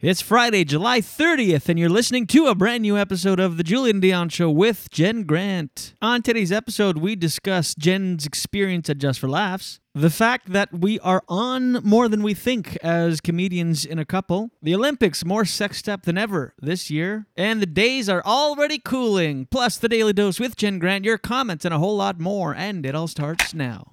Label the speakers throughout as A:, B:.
A: It's Friday, July 30th, and you're listening to a brand new episode of The Julian Dion Show with Jen Grant. On today's episode, we discuss Jen's experience at Just for Laughs, the fact that we are on more than we think as comedians in a couple, the Olympics more sexed up than ever this year, and the days are already cooling, plus the Daily Dose with Jen Grant, your comments, and a whole lot more, and it all starts now.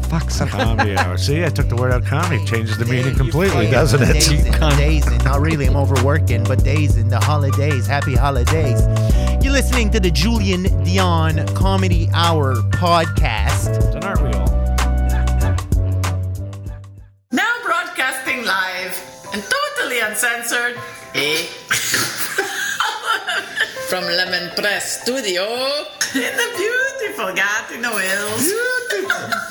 B: fuck something.
C: Comedy Hour. See, I took the word out comedy, changes the meaning completely, doesn't
D: Days
C: it?
D: in, days in. Not really, I'm overworking, but days in the holidays. Happy holidays. You're listening to the Julian Dion Comedy Hour podcast.
C: Then aren't we all?
E: Now broadcasting live and totally uncensored, eh? From Lemon Press Studio in the beautiful Gatineau Hills.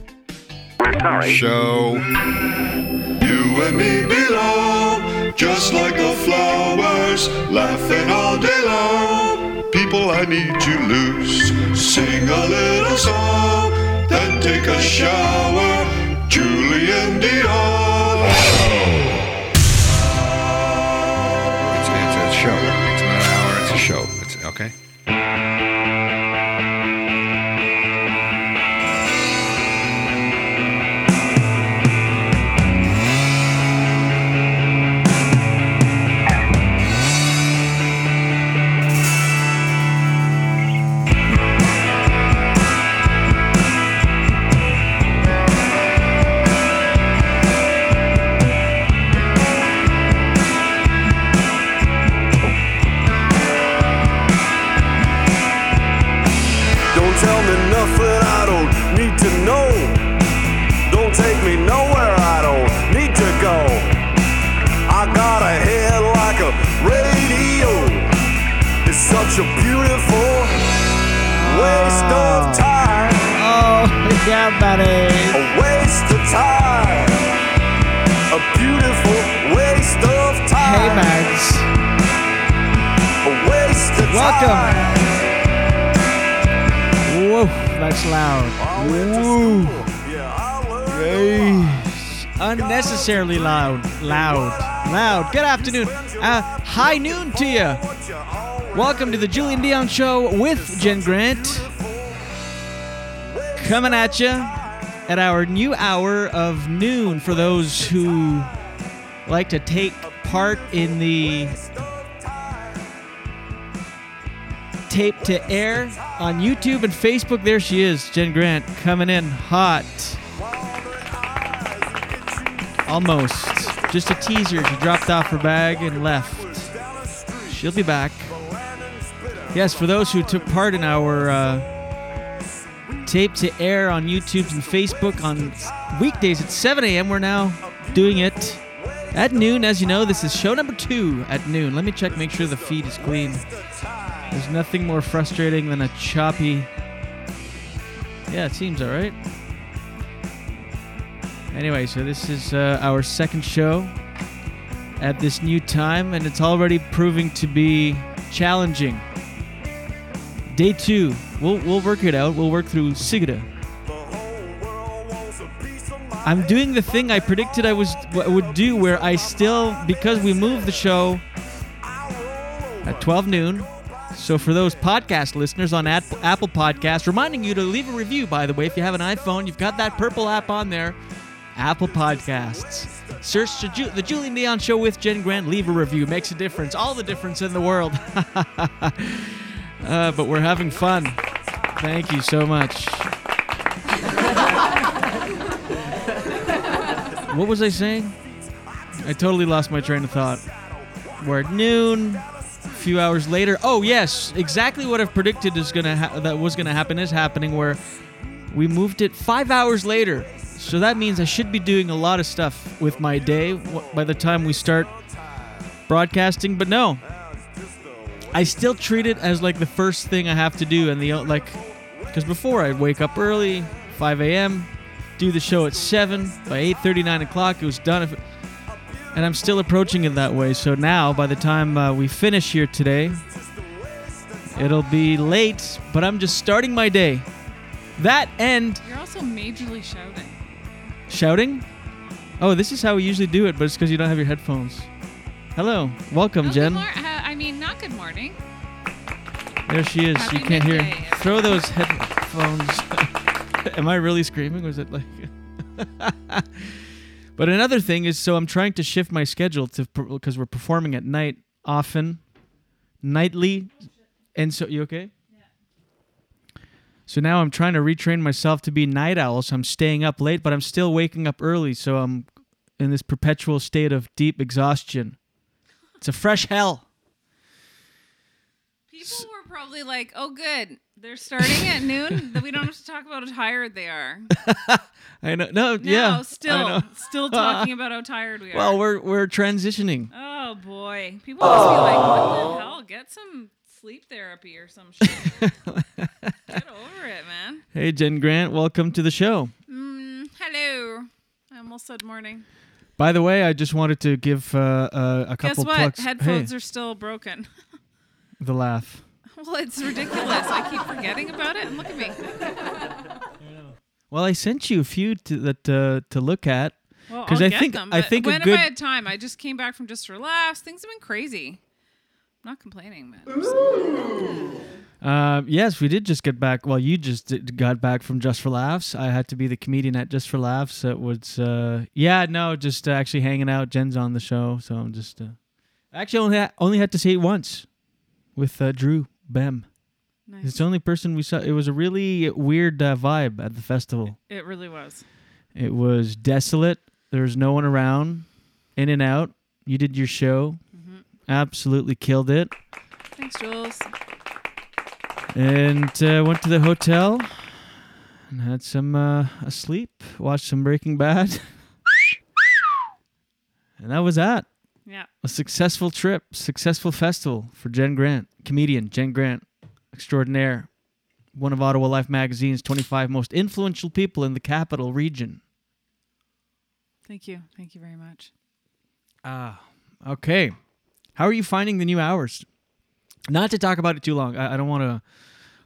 F: Show. You and me belong, just like the flowers, laughing all day long. People I need to lose, sing a little song, then take a shower. Julian Dion. It's, it's a show. It's not an hour. It's a show. It's okay.
G: Don't tell me nothing I don't need to know. Don't take me nowhere I don't need to go. I got a head like a radio. It's such a beautiful waste of time.
A: Oh, yeah, buddy.
G: A waste of time. A beautiful waste of
A: Hey,
G: time.
A: Mags.
G: A waste of
A: Welcome.
G: time.
A: Whoa, that's loud. Whoa. Unnecessarily loud. Loud. Loud. Good afternoon. Uh, high noon to you. Welcome to the Julian Dion Show with Jen Grant. Coming at you at our new hour of noon for those who like to take part in the tape to air on YouTube and Facebook. There she is, Jen Grant, coming in hot. Almost. Just a teaser. She dropped off her bag and left. She'll be back. Yes, for those who took part in our uh, tape to air on YouTube and Facebook on weekdays at 7 a.m., we're now doing it at noon. As you know, this is show number two at noon. Let me check, make sure the feed is clean. There's nothing more frustrating than a choppy. Yeah, it seems all right. Anyway, so this is uh, our second show at this new time, and it's already proving to be challenging. Day two, we'll we'll work it out. We'll work through Sigida. I'm doing the thing I predicted I was I would do, where I still because we moved the show at 12 noon. So for those podcast listeners on App- Apple Podcasts, reminding you to leave a review, by the way, if you have an iPhone, you've got that purple app on there, Apple Podcasts. Search to Ju- the Julian Dion Show with Jen Grant. Leave a review. Makes a difference. All the difference in the world. uh, but we're having fun. Thank you so much. what was I saying? I totally lost my train of thought. We're at noon. A few hours later. Oh yes, exactly what I've predicted is gonna ha- that was gonna happen is happening. Where we moved it five hours later. So that means I should be doing a lot of stuff with my day wh- by the time we start broadcasting. But no, I still treat it as like the first thing I have to do, and the o- like, because before I'd wake up early, 5 a.m., do the show at 7. By 8:30, 9 o'clock, it was done. If it, and I'm still approaching it that way. So now, by the time uh, we finish here today, it'll be late. But I'm just starting my day. That and
G: You're also majorly shouting.
A: Shouting? Oh, this is how we usually do it, but it's because you don't have your headphones. Hello. Welcome, Jen.
G: Mor- uh, I mean, not good morning.
A: There she is.
G: Happy
A: you can't
G: midday,
A: hear. Throw those headphones. Am I really screaming? Was it like. but another thing is so I'm trying to shift my schedule to because we're performing at night often, nightly. And so, you okay? So now I'm trying to retrain myself to be night owl, so I'm staying up late, but I'm still waking up early, so I'm in this perpetual state of deep exhaustion. It's a fresh hell.
G: People were probably like, "Oh, good, they're starting at noon. Then we don't have to talk about how tired they are."
A: I know. No,
G: No,
A: yeah. I
G: still,
A: know. Uh-huh.
G: still talking about how tired we are.
A: Well, we're we're transitioning.
G: Oh boy, people must be like,
A: Oh.
G: "What the hell? Get some sleep therapy or some shit." Get over it, man.
A: Hey, Jen Grant, welcome to the show.
G: Mm, hello. I almost said morning.
A: By the way, I just wanted to give uh, uh, a
G: Guess
A: couple
G: what?
A: plugs.
G: Headphones
A: hey,
G: are still broken.
A: the laugh.
G: well, it's ridiculous. I keep forgetting about it, and look at me.
A: Well, I sent you a few to that uh, to look at
G: Well,
A: because
G: I'll
A: I
G: get
A: think
G: them,
A: I
G: but
A: think
G: when
A: a good
G: have I had time? I just came back from just relax. Things have been crazy. I'm not complaining, man.
A: Uh, yes, we did just get back. Well, you just did, got back from Just for Laughs. I had to be the comedian at Just for Laughs. So It was, uh, yeah, no, just uh, actually hanging out. Jen's on the show, so I'm just uh, actually only ha- only had to see it once with uh, Drew Bem.
G: Nice.
A: It's the only person we saw. It was a really weird uh, vibe at the festival.
G: It really was.
A: It was desolate. There was no one around. In and out. You did your show. Absolutely killed it.
G: Thanks, Jules.
A: and uh, went to the hotel and had some uh, a sleep, watched some Breaking Bad, and that was that.
G: Yeah.
A: A successful trip, successful festival for Jen Grant, comedian Jen Grant, extraordinaire, one of Ottawa Life magazine's 25 most influential people in the capital region.
G: Thank you. Thank you very much.
A: Ah, okay. How are you finding the new hours? Not to talk about it too long. I, I don't want to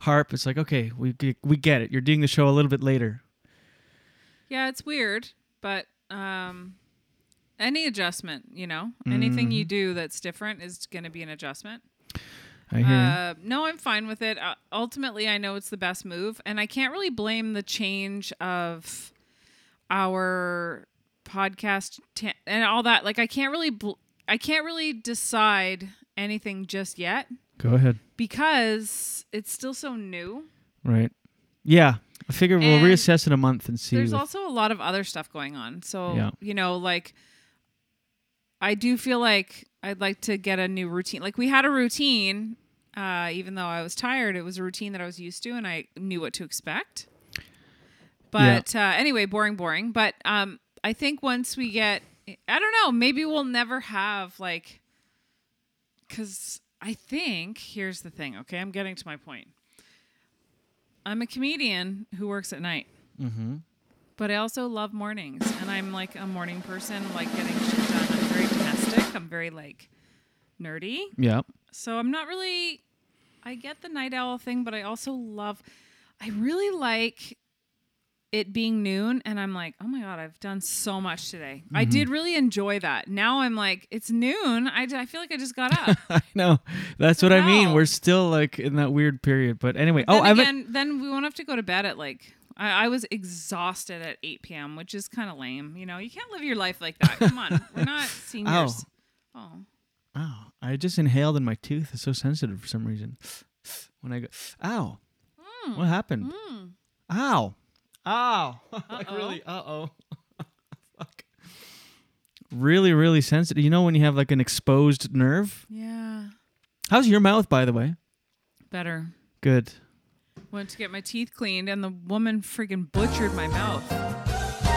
A: harp. It's like okay, we g- we get it. You're doing the show a little bit later.
G: Yeah, it's weird, but um, any adjustment, you know, anything
A: Mm-hmm.
G: you do that's different is going to be an adjustment.
A: I hear ya.
G: Uh, no, I'm fine with it. Uh, ultimately, I know it's the best move, and I can't really blame the change of our podcast ta- and all that. Like, I can't really, bl- I can't really decide anything just yet
A: Go ahead.
G: because it's still so new.
A: Right. Yeah. I figure we'll
G: And
A: reassess in a month and see.
G: There's
A: if-
G: also a lot of other stuff going on. So,
A: Yeah.
G: you know, like I do feel like I'd like to get a new routine. Like we had a routine uh even though I was tired, it was a routine that I was used to and I knew what to expect. But uh anyway, boring boring, but um I think once we get I don't know, maybe we'll never have like cuz I think here's the thing, okay? I'm getting to my point. I'm a comedian who works at night
A: Mhm.
G: but I also love mornings, and I'm like a morning person, like getting shit done. I'm very domestic. I'm very like nerdy.
A: Yeah.
G: So I'm not really. I get the night owl thing, but I also love. I really like it being noon, and I'm like, oh my god, I've done so much today. I
A: Mhm.
G: did really enjoy that. Now I'm like, it's noon. I, d- I feel like I just got up.
A: I know. That's what I mean. We're still like in that weird period. But anyway, oh,
G: then
A: I meant
G: again, then we won't have to go to bed at like I, I was exhausted at 8 p.m., which is kind of lame. You know, you can't live your life like that. Come on, we're not seniors. Oh,
A: Ow. I just inhaled and my tooth is so sensitive for some reason. When I go, ow.
G: Hmm.
A: What happened? Ow. Ow. I really, uh oh. Really, really sensitive. You know when you have like an exposed nerve?
G: yeah,
A: How's your mouth, by the way?
G: better.
A: Good.
G: Went to get my teeth cleaned, and the woman friggin' butchered my mouth.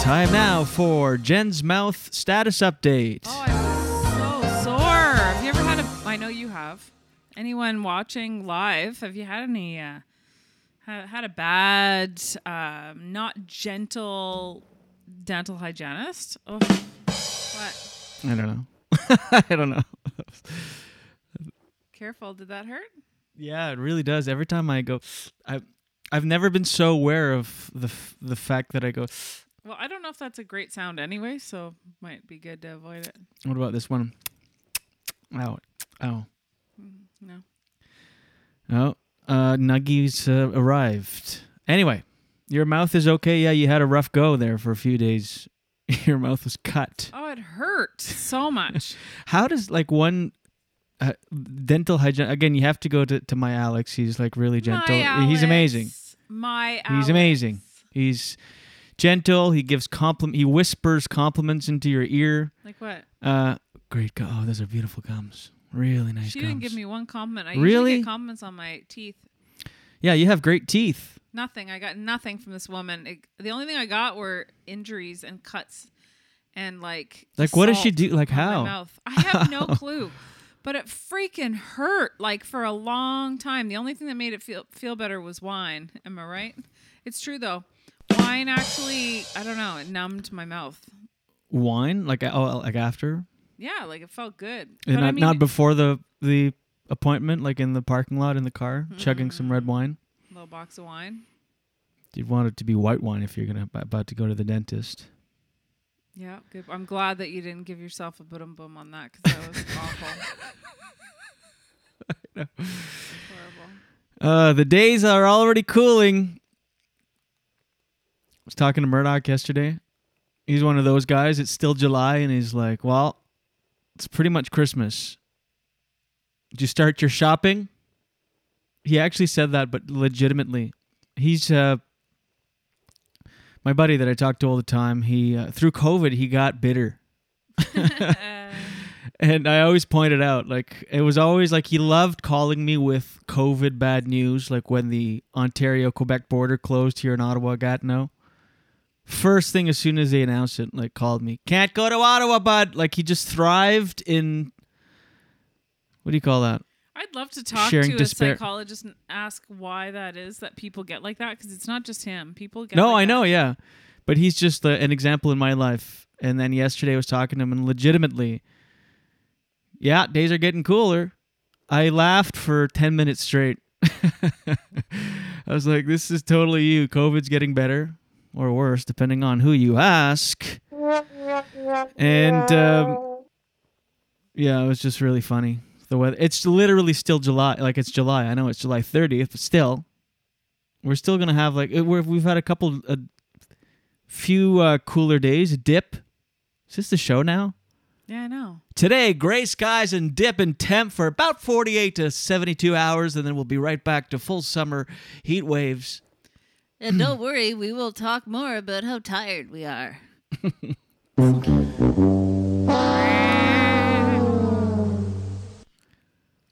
A: Time now for Jen's mouth status update.
G: So sore. Oh, Have you ever had a? I know you have. Anyone watching live? Have you had any? Uh, ha- had a bad, um, not gentle dental hygienist? Oh, what?
A: I don't know. I don't know.
G: Careful. Did that hurt?
A: Yeah, it really does. Every time I go, I, I've never been so aware of the f- the fact that I go.
G: Well, I don't know if that's a great sound anyway, so might be good to avoid it.
A: What about this one? Ow, ow,
G: Mm, No.
A: oh. Uh, Nuggies uh, arrived. Anyway, your mouth is okay. Yeah, you had a rough go there for a few days. your mouth was cut.
G: Oh, it hurt so much.
A: How does like one uh, dental hygiene? Again, you have to go to, to my Alex. He's like really gentle. He's amazing.
G: My
A: He's amazing. He's gentle. He gives compliment. He whispers compliments into your ear.
G: Like what?
A: Uh, great gum. Oh, those are beautiful gums. Really nice
G: she
A: gums.
G: didn't give me one compliment. I usually
A: Really?
G: get compliments on my teeth.
A: yeah, you have great teeth.
G: Nothing. I got nothing from this woman. It, the only thing I got were injuries and cuts, and like
A: Like, what does she
G: salt
A: do- like,
G: on my
A: how?
G: mouth. I have no clue, but it freaking hurt like for a long time. The only thing that made it feel feel better was wine. Am I right? It's true though. Wine actually, I don't know, it numbed my mouth.
A: Wine, like oh, like after,
G: Yeah, like it felt good.
A: and
G: But
A: not,
G: I mean,
A: not before the the appointment, like in the parking lot in the car, chugging some
G: Mm.
A: red wine.
G: little box of wine.
A: You'd want it to be white wine if you're gonna about to go to the dentist.
G: Yeah, good. I'm glad that you didn't give yourself a boom boom on that because that was awful. Horrible.
A: Uh, the days are already cooling. I was talking to Murdoch yesterday. He's one of those guys. It's still July, and he's like, "Well, it's pretty much Christmas. Did you start your shopping?" He actually said that, but legitimately, he's uh, my buddy that I talk to all the time. He uh, through COVID, he got bitter. and I always pointed out, like, it was always like he loved calling me with COVID bad news, like when the Ontario Quebec border closed here in Ottawa Gatineau. First thing, as soon as they announced it, like, called me, can't go to Ottawa, bud. Like, he just thrived in what do you call that?
G: I'd love to talk
A: Sharing
G: to a
A: despair.
G: psychologist and ask why that is that people get like that because it's not just him. People get
A: No,
G: like
A: I
G: that.
A: know, yeah. But he's just uh an example in my life. And then yesterday I was talking to him and legitimately, yeah, days are getting cooler. I laughed for 10 minutes straight. I was like, this is totally you. COVID's getting better or worse, depending on who you ask. And um, yeah, it was just really funny. The weather. It's literally still July. Like it's July. I know it's July 30th, but still, we're still gonna have like it- we're, we've had a couple, a few uh, cooler days. Dip. Is this the show now?
G: Yeah, I know.
A: Today, gray skies and dip in temp for about 48 to 72 hours, and then we'll be right back to full summer heat waves.
H: And don't worry, we will talk more about how tired we are.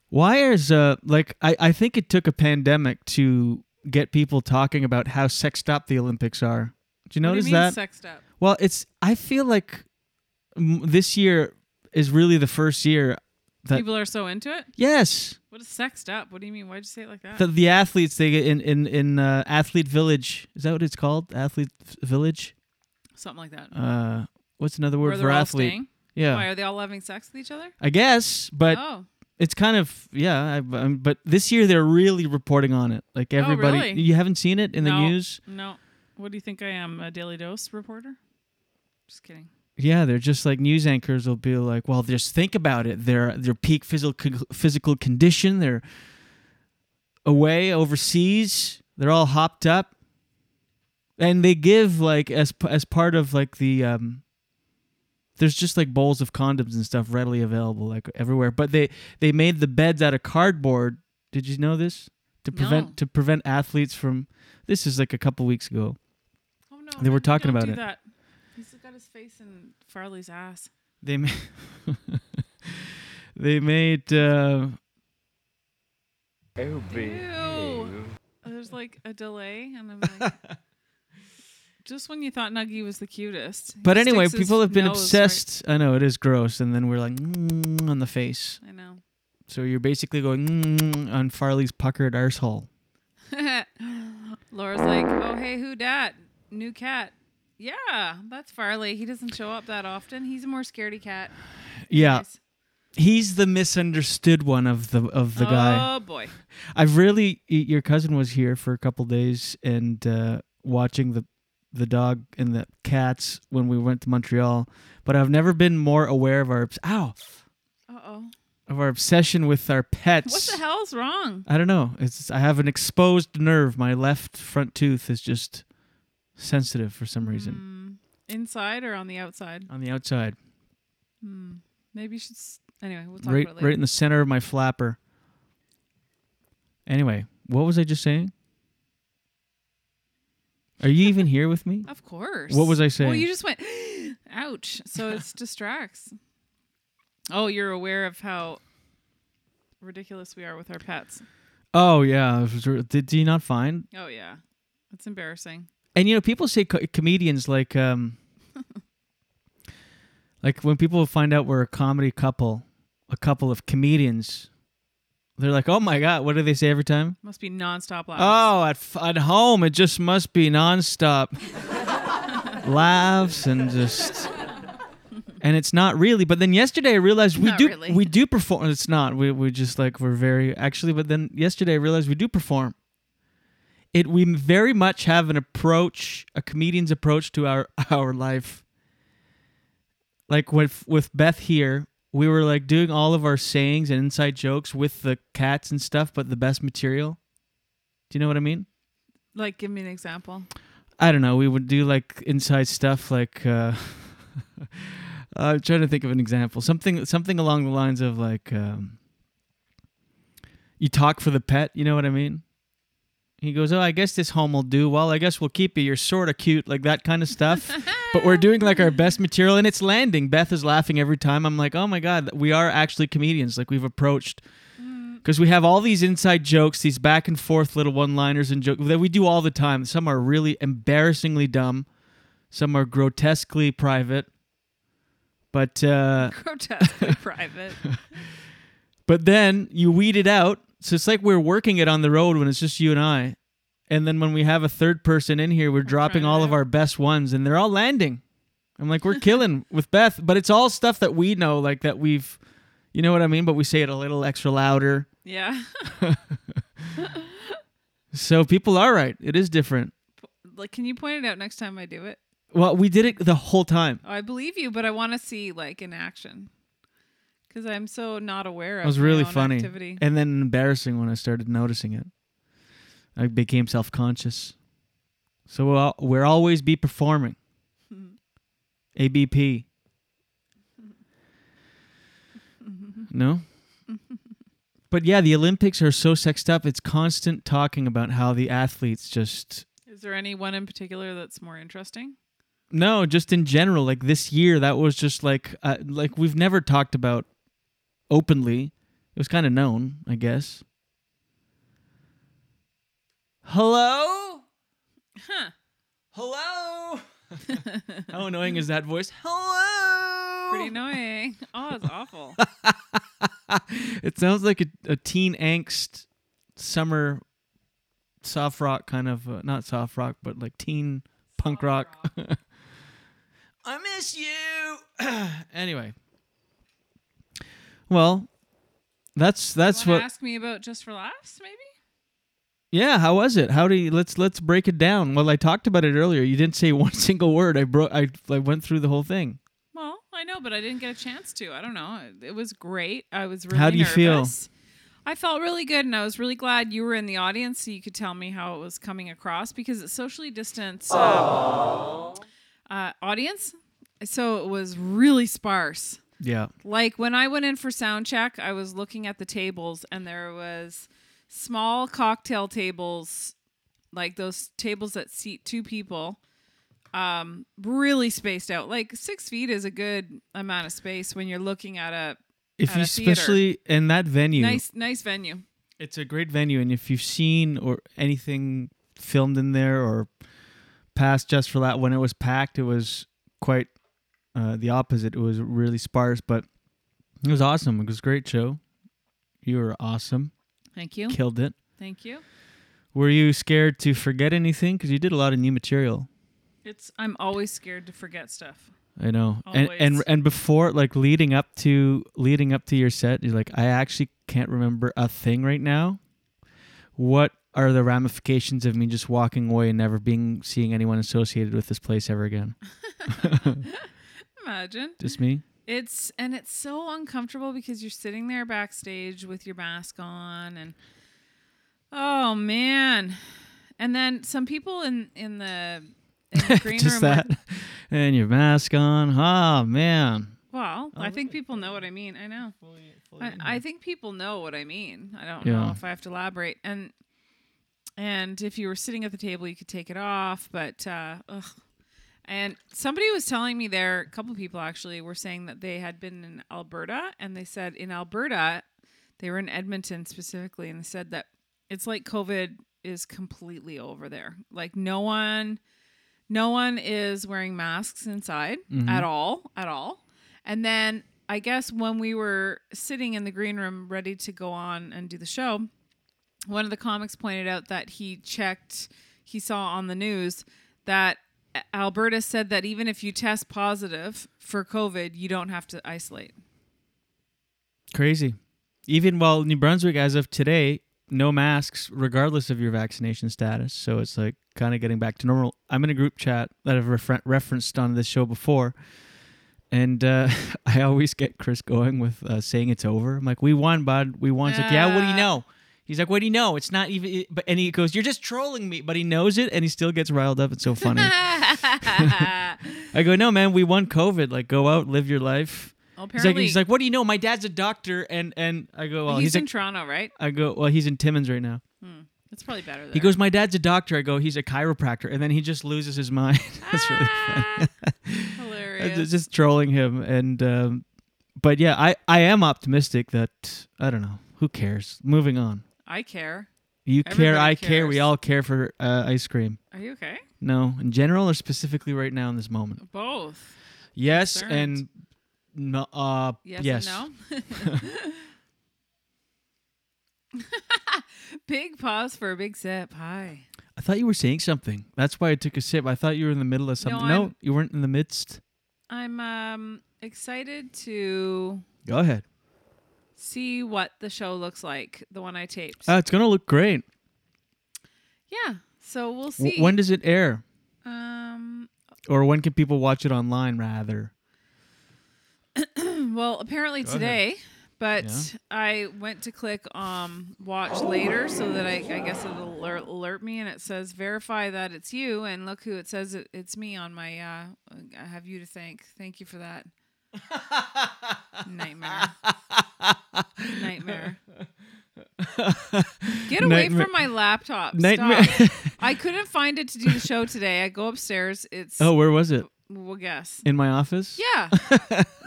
A: Why is uh like I, I think it took a pandemic to get people talking about how sexed up the Olympics are. Do you
G: What do you
A: notice
G: mean
A: that?
G: sexed up?
A: Well, it's I feel like m- this year is really the first year that
G: people are so into it.
A: yes
G: What is sexed up? What do you mean? Why'd you say it like that?
A: the, the athletes they get in in in uh, athlete village is that what it's called athlete v- village
G: Something like that.
A: uh what's another word
G: Where
A: for
G: they're all
A: athlete
G: staying?
A: yeah
G: Why are they all having sex with each other?
A: I guess, but
G: Oh.
A: it's kind of yeah. I, um, but this year they're really reporting on it. Like everybody,
G: Oh, really?
A: you haven't seen it in the
G: No,
A: news.
G: No. What do you think I am? A Daily Dose reporter? Just kidding.
A: Yeah, they're just like news anchors will be like, well, just think about it. Their their peak physical physical condition. They're away overseas. They're all hopped up. and they give like as p- as part of like the um there's just like bowls of condoms and stuff readily available like everywhere but they they made the beds out of cardboard did you know this to prevent to prevent athletes from this is like a couple weeks ago oh, no, they were talking
G: Don't
A: about it
G: do that. He's got his face in Farley's ass.
A: they made they made uh
G: Ew. There's like a delay, and I'm like, just when you thought Nuggie was the cutest. He
A: But anyway,
G: sticks his
A: people have been
G: nose
A: obsessed. I know it is gross, and then we're like mm, on the face.
G: I know.
A: So you're basically going mm, on Farley's puckered arsehole.
G: right- Laura's like, oh hey, who dat? New cat. Yeah, that's Farley. He doesn't show up that often. He's a more scaredy cat.
A: Yeah, he's the misunderstood one of the of the guy.
G: Oh, boy.
A: I've really y- your cousin was here for a couple days and uh, watching the the dog and the cats when we went to Montreal, but I've never been more aware of our obs- ow
G: Uh oh.
A: of our obsession with our pets.
G: What the hell's wrong?
A: I don't know. It's I have an exposed nerve. My left front tooth is just sensitive for some reason
G: Inside or on the outside?
A: on the outside,
G: Hmm. Maybe you should. S- anyway, we'll talk
A: right
G: about it later.
A: right in the center of my flapper. Anyway, what was I just saying? Are you even here with me?
G: Of course.
A: What was I saying?
G: Well, you just went, ouch. So it distracts. Oh, you're aware of how ridiculous we are with our pets.
A: oh yeah, it was- did, did you not find?
G: Oh, yeah. It's embarrassing.
A: And you know, people say co- comedians like um, like when people find out we're a comedy couple, a couple of comedians, they're like, oh my god, what do they say every time?
G: Must be nonstop laughing.
A: Oh, at, f- at home, it just must be nonstop laughs and just. And it's not really, but then yesterday I realized we
G: Not
A: do
G: really.
A: we do perform. It's not. We we just like we're very actually, but then yesterday I realized we do perform. It we very much have an approach, a comedian's approach to our our life. Like with with Beth here, we were like doing all of our sayings and inside jokes with the cats and stuff, but the best material. Do you know what I mean?
G: Like, give me an example.
A: I don't know. We would do like inside stuff, like uh, I'm trying to think of an example. Something something along the lines of like um, you talk for the pet. You know what I mean? He goes, "Oh, I guess this home will do. Well, I guess we'll keep you. You're sort of cute, like that kind of stuff." but we're doing like our best material, and it's landing. Beth is laughing every time. I'm like, "Oh my god, we are actually comedians. Like we've approached." Because we have all these inside jokes, these back and forth little one liners and jokes that we do all the time. Some are really embarrassingly dumb, some are grotesquely private. But uh,
G: Grotesquely private.
A: but then you weed it out. So it's like we're working it on the road when it's just you and I. And then when we have a third person in here, we're dropping all of our best ones and they're all landing. I'm like, we're killing with Beth, but it's all stuff that we know, like that we've, you know what I mean? But we say it a little extra louder.
G: Yeah.
A: So people are right. It is different.
G: like, can you point it out next time I do it? Oh,
A: Well, we did it the whole time.
G: I believe you, but I want to see like in action because I'm so not aware of.
A: It was
G: my
A: really
G: own
A: funny.
G: Activity.
A: And then embarrassing when I started noticing it. I became self conscious. So we'll, we'll always be performing. ABP. No? but yeah, the Olympics are so sexed up. It's constant talking about how the athletes just
G: Is there any one in particular that's more interesting?
A: No, just in general, like this year, that was just like uh, like we've never talked about openly. It was kind of known, I guess. Hello.
G: Huh.
A: Hello. How annoying is that voice? Hello.
G: Pretty annoying. Oh, it's awful.
A: it sounds like a, a teen angst summer soft rock kind of uh, not soft rock, but like teen punk rock. I miss you. anyway, well, that's that's
G: Wanna
A: what.
G: Ask me about just for laughs, maybe.
A: Yeah, how was it? How do you, let's let's break it down. Well, I talked about it earlier. You didn't say one single word. I broke. I, I went through the whole thing.
G: Well, I know, but I didn't get a chance to. I don't know. It- It was great. I was really
A: How do you feel?
G: nervous. I felt really good, and I was really glad you were in the audience so you could tell me how it was coming across because it's socially distanced um, uh, audience, so it was really sparse.
A: Yeah.
G: Like when I went in for sound check, I was looking at the tables, and there was small cocktail tables, like those tables that seat two people, um, really spaced out. Like six feet is a good amount of space when you're looking at a
A: If
G: at
A: you
G: a theater.
A: especially in that venue,
G: nice nice venue.
A: it's a great venue, and if you've seen or anything filmed in there or past just for that, when it was packed, it was quite uh, the opposite. It was really sparse, but it was awesome. It was a great show. You were awesome.
G: Thank you.
A: Killed it.
G: Thank you.
A: Were you scared to forget anything? Because you did a lot of new material.
G: It's I'm always scared to forget stuff.
A: I know. And, and
G: Always.
A: and before like leading up to leading up to your set, you're like, I actually can't remember a thing right now. What are the ramifications of me just walking away and never being seeing anyone associated with this place ever again?
G: Imagine.
A: Just me?
G: It's and it's so uncomfortable because you're sitting there backstage with your mask on and oh man. And then some people in in the, in the green
A: just
G: room were-
A: that. and your mask on. Ah man.
G: Well, I think people know what I mean. I know. I, I think people know what I mean. I don't know
A: Yeah.
G: if I have to elaborate. And and if you were sitting at the table, you could take it off. But uh, ugh. and somebody was telling me there. A couple people actually were saying that they had been in Alberta, and they said in Alberta, they were in Edmonton specifically, and they said that it's like COVID is completely over there. Like no one, no one is wearing masks inside
A: Mm-hmm.
I: Mhm.
G: at all, at all. And then I guess when we were sitting in the green room ready to go on and do the show, one of the comics pointed out that he checked, he saw on the news that Alberta said that even if you test positive for COVID, you don't have to isolate.
A: Crazy. Even well, New Brunswick as of today, no masks regardless of your vaccination status. So it's like kind of getting back to normal. I'm in a group chat that I've refer- referenced on this show before. And uh, I always get Chris going with uh, saying it's over. I'm like, we won, bud. We won. He's like, yeah, what do you know? He's like, what do you know? It's not even. But and he goes, you're just trolling me. But he knows it, and he still gets riled up. It's so funny. I go, no, man, we won COVID. Like, go out, live your life.
G: Well,
A: he's like,
G: apparently-
A: he's like, what do you know? My dad's a doctor, and and I go, well,
G: he's,
A: he's,
G: in
A: like-
G: Toronto, right?
A: I go, well, he's in Timmins right now.
G: Hmm. That's probably better. There.
A: He goes, my dad's a doctor. I go, he's a chiropractor, and then he just loses his mind. That's really funny.
G: hilarious.
A: It's uh, just trolling him, and um, but yeah, I I am optimistic that I don't know who cares. Moving on.
G: I care.
A: You care,
G: Everybody
A: I care. We
G: cares.
A: all care for uh, ice cream.
G: Are you okay?
A: No, in general or specifically right now in this moment.
G: Both.
A: Yes
G: Concerned.
A: and no. Uh,
G: Yes,
A: yes.
G: and no. big pause for a big sip. Hi.
A: I thought you were saying something. That's why I took a sip. I thought you were in the middle of something. No,
G: I'm-
A: you weren't in the midst.
G: I'm um excited to
A: Go ahead.
G: see what the show looks like, the one I taped.
A: Uh, it's gonna look great.
G: yeah. So we'll see.
A: W- when does it air,
G: um
A: or when can people watch it online? Rather,
G: well, apparently
A: Go ahead.
G: today, but
A: Yeah.
G: I went to click um watch later so that I, I guess it'll alert, alert me and it says verify that it's you and look who it says it, it's me on my uh I have you to thank. Thank you for that. Nightmare. Nightmare. Get away
A: Nightmare-
G: from my laptop.
A: Nightmare-
G: Stop. I couldn't find it to do the show today. I go upstairs. It's
A: Oh, where was it?
G: We'll guess.
A: In my office?
G: Yeah.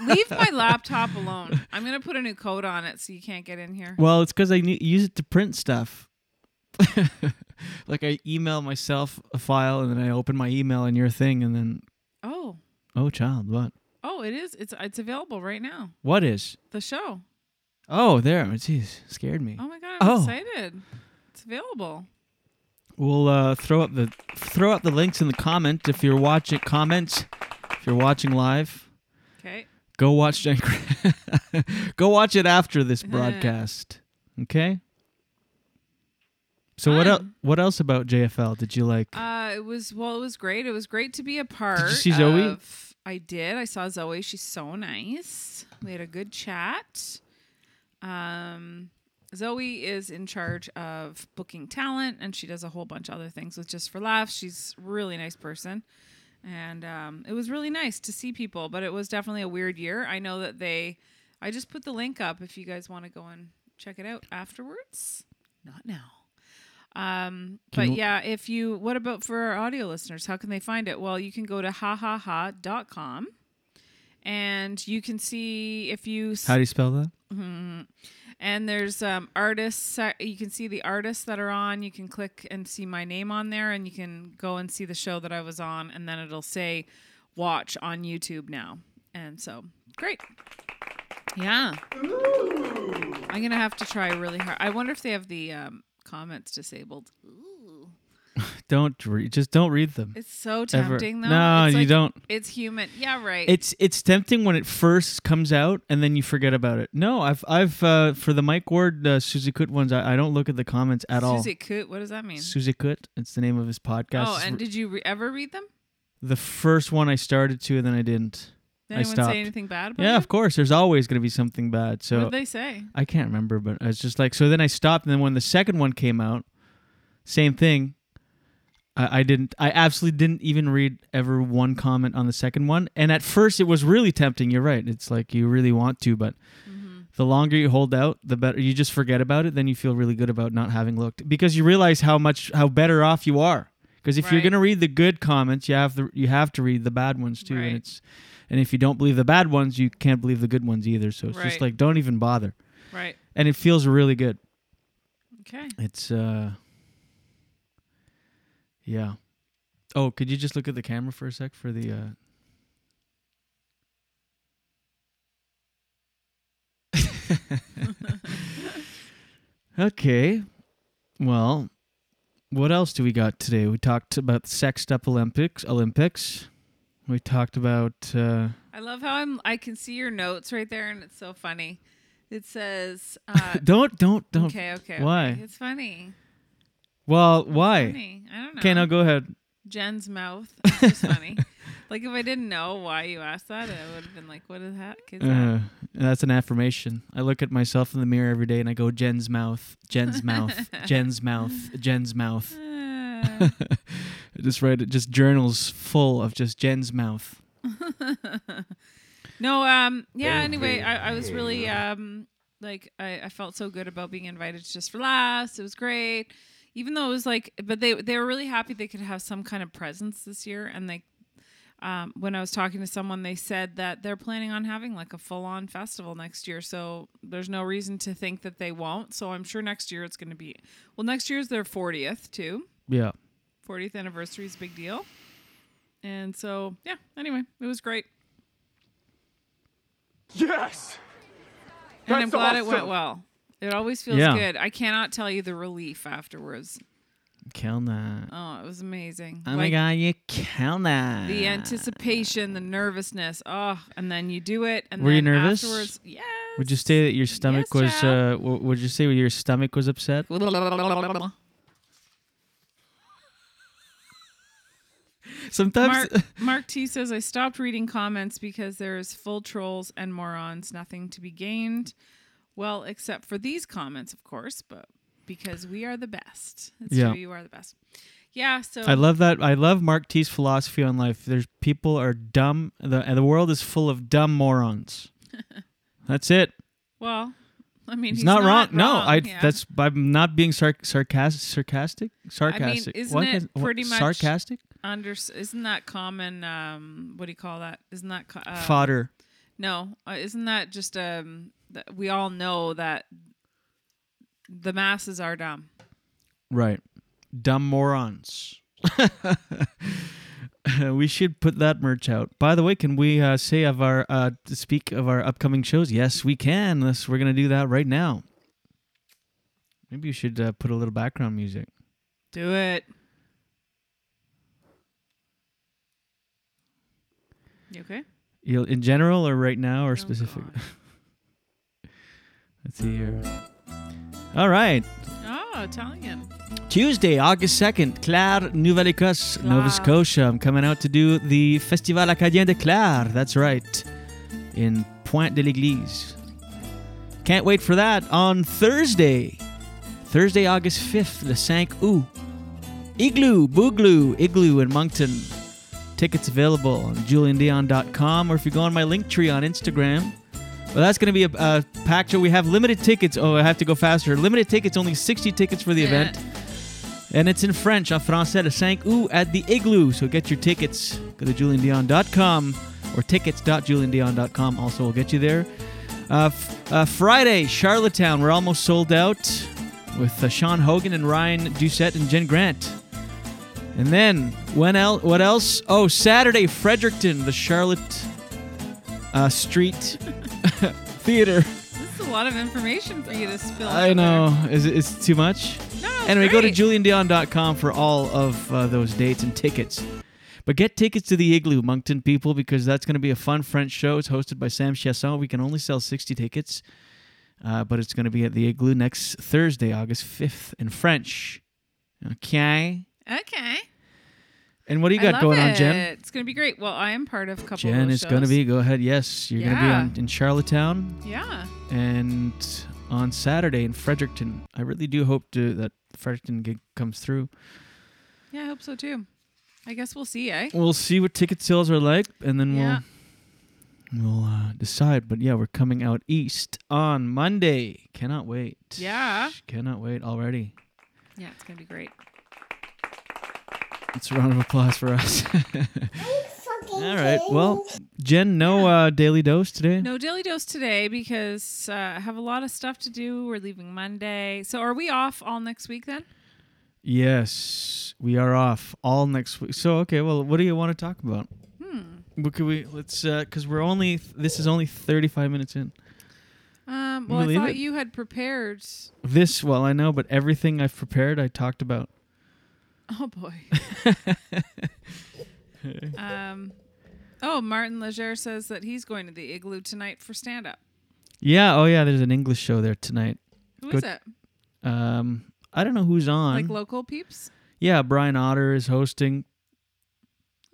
G: Leave my laptop alone. I'm gonna put a new coat on it so you can't get in here.
A: Well, it's because I ne- use it to print stuff. like I email myself a file, and then I open my email in your thing, and then
G: Oh.
A: oh, child, what?
G: Oh, it is. It's it's available right now.
A: What is?
G: The show.
A: Oh, there. Jeez, scared me.
G: Oh my god, I'm
A: Oh,
G: excited. It's available.
A: we'll uh, throw up the throw up the links in the comment if you're watching. Comments if you're watching live.
G: Okay.
A: Go watch Jen. Cra- Go watch it after this broadcast. Okay. So what else? What else about JFL did you like?
G: Uh, it was well. It was great. It was great to be a part.
A: see Zoe?
G: Of, I did. I saw Zoe. She's so nice. We had a good chat. Um, Zoe is in charge of booking talent, and she does a whole bunch of other things with Just for Laughs. She's a really nice person, and um, it was really nice to see people. But it was definitely a weird year. I know that they. I just put the link up if you guys want to go and check it out afterwards. Not now. Um,
A: Can
G: but
A: you-
G: yeah, if you, what about for our audio listeners? How can they find it? Well, you can go to hahaha.com and you can see if you. s-
A: How do you spell that?
G: Mhm. And there's um, artists. uh, You can see the artists that are on. You can click and see my name on there, and you can go and see the show that I was on, and then it'll say watch on YouTube now. And so, great. Yeah. I'm going to have to try really hard. I wonder if they have the um, comments disabled. Ooh.
A: Don't read. Just don't read them.
G: It's so
A: Ever.
G: tempting, though.
A: No,
G: It's
A: you
G: like-
A: don't.
G: It's human. Yeah, right.
A: It's it's tempting when it first comes out and then you forget about it. No, I've I've uh, for the Mike Ward uh, Susie Coot ones. I, I don't look at the comments at all.
G: Susie Coot, what does that mean?
A: Susie Coot. It's the name of his podcast.
G: oh,
A: It's
G: and
A: re-
G: did you re- ever read them?
A: the first one I started to and then I didn't.
G: Did
A: I
G: anyone say
A: stopped.
G: anything bad about
A: Yeah,
G: it?
A: of course. There's always going to be something bad. So
G: did they say?
A: I can't remember, but I was just like, so then I stopped, and then when the second one came out, same thing. I, I didn't. I absolutely didn't even read ever one comment on the second one. And at first, it was really tempting. You're right. It's like you really want to, but the longer you hold out, the better. You just forget about it. Then you feel really good about not having looked because you realize how much how better off you are. Because if you're
I: Right.
A: gonna read the good comments, you have the you have to read the bad ones too. And it's and if you don't believe the bad ones, you can't believe the good ones either. So it's just
G: Right.
A: like don't even bother.
G: Right.
A: And it feels really good.
G: Okay.
A: It's uh Yeah. Oh, could you just look at the camera for a sec for the uh Okay. Well, what else do we got today? We talked about the sexed up Olympics, Olympics. We talked about uh
G: I love how I'm. I can see your notes right there, and it's so funny. It says, uh,
A: Don't- don't- don't.
G: Okay, okay.
A: Why?
G: okay. It's funny.
A: well, why?
G: Funny. I don't know.
A: Okay, now go ahead.
G: Jen's mouth. It's just funny. Like if I didn't know why you asked that, I would have been like, "What the heck is that?"
A: Uh, that's an affirmation. I look at myself in the mirror every day and I go, Jen's mouth, Jen's mouth, Jen's mouth, Jen's mouth.
G: Uh.
A: I just write it, just journals full of just Jen's mouth.
G: No, um, yeah. Anyway, I, I was really um, like I, I felt so good about being invited to just for last. It was great, even though it was like, but they they were really happy they could have some kind of presence this year. And like, um, when I was talking to someone, they said that they're planning on having like a full on festival next year. So there's no reason to think that they won't. So I'm sure next year it's going to be well. Next year is their 40th too.
A: Yeah.
G: 40th anniversary is a big deal. And so yeah. Anyway, it was great.
J: Yes!
G: And
J: That's
G: I'm glad it went
J: awesome.
G: well. It always feels
A: Yeah.
G: good. I cannot tell you the relief afterwards.
A: Kill that.
G: Oh, it was amazing.
A: Oh my
G: Like,
A: God, you kill that.
G: The anticipation, the nervousness. Oh, and then you do it. And
A: Were you
G: then
A: nervous?
G: Afterwards, yeah.
A: Would you say that your stomach was, uh, w- would you say your stomach was upset? Sometimes.
G: Mark, Mark T says I stopped reading comments because there is full trolls and morons, nothing to be gained. Well, except for these comments, of course, but because we are the best. It's
A: Yeah.
G: true, you are the best. Yeah. So
A: I love that. I love Mark T's philosophy on life. There's people are dumb. The and the world is full of dumb morons. that's it.
G: Well, I mean,
A: He's, not, wrong. No, I.
G: yeah.
A: That's I'm not being sarc- sarcastic. Sarcastic. Sarcastic.
G: I mean, isn't
A: One
G: it
A: can- what-
G: pretty much
A: sarcastic?
G: Under isn't that common? Um, what do you call that? Isn't that co- uh,
A: Fodder.
G: No, uh, isn't that just um? Th- we all know that the masses are dumb.
A: Right. Dumb morons. we should put that merch out. By the way, can we uh, say of our uh, to speak of our upcoming shows? Yes, we can. Yes, we're gonna do that right now. Maybe you should uh, put a little background music.
G: Do it. You okay?
A: You'll, in general, or right now,
G: Oh,
A: or specific? Let's see here. All right.
G: Oh, Italian.
A: Tuesday, August 2nd, Clare, Nouvelle Écosse, Nova Scotia. I'm coming out to do the Festival Acadien de Clare. That's right. In Pointe de l'Église. Can't wait for that on Thursday. Thursday, August 5th, the Sank Oo. Igloo, Boogloo, Igloo in Moncton. Tickets available on juliandion.com or if you go on my link tree on Instagram. Well, that's going to be a, a packed show. We have limited tickets. Oh, I have to go faster. Limited tickets, only 60 tickets for the event. And it's in French, en français, le 5 août at the Igloo. So get your tickets. Go to juliendion.com or tickets.juliendion.com also will get you there. Uh, f- uh, Friday, Charlottetown. We're almost sold out with uh, Sean Hogan and Ryan Doucette and Jen Grant. And then, when el- what else? Oh, Saturday, Fredericton, the Charlotte uh, Street Theater.
G: This is a lot of information for you to spill.
A: I know. Is it is it too much?
G: No, it's
A: Anyway, go to
G: great.
A: juliandion.com for all of uh, those dates and tickets. But get tickets to the Igloo, Moncton people, because that's going to be a fun French show. It's hosted by Sam Chasson. We can only sell 60 tickets, uh, but it's going to be at the Igloo next Thursday, August 5th, in French. Okay.
G: Okay.
A: And what do you
G: I
A: got
G: love
A: going on,
G: it.
A: Jen?
G: It's gonna be great. Well, I am part of a couple. of
A: Jen
G: those
A: is going to
G: shows.
A: be, go ahead. Yes, you're going to be
G: Yeah.
A: on, in Charlottetown.
G: Yeah.
A: And on Saturday in Fredericton. I really do hope to, that the Fredericton gig comes through.
G: Yeah, I hope so too. I guess we'll see, eh?
A: We'll see what ticket sales are like, and then
G: Yeah.
A: we'll we'll uh, decide. But yeah, we're coming out east on Monday. Cannot wait.
G: Yeah.
A: Cannot wait already.
G: Yeah, it's gonna be great.
A: It's a round of applause for us. All right. Well, Jen, no uh, daily dose today.
G: No daily dose today because uh, I have a lot of stuff to do. We're leaving Monday, so are we off all next week then?
A: Yes, we are off all next week. So okay. Well, what do you want to talk about?
G: Hmm.
A: What could we? Let's because we're only this is only thirty five minutes in.
G: Um,
A: You
G: well, I
A: leave
G: thought
A: it?
G: you had prepared.
A: This well, I know, but everything I've prepared, I talked about.
G: Oh boy. um, oh, Martin Leger says that he's going to the Igloo tonight for stand up.
A: Yeah. Oh, yeah. There's an English show there tonight.
G: Who
A: Who is
G: is it?
A: Um, I don't know who's on.
G: Like local peeps?
A: yeah, Brian Otter is hosting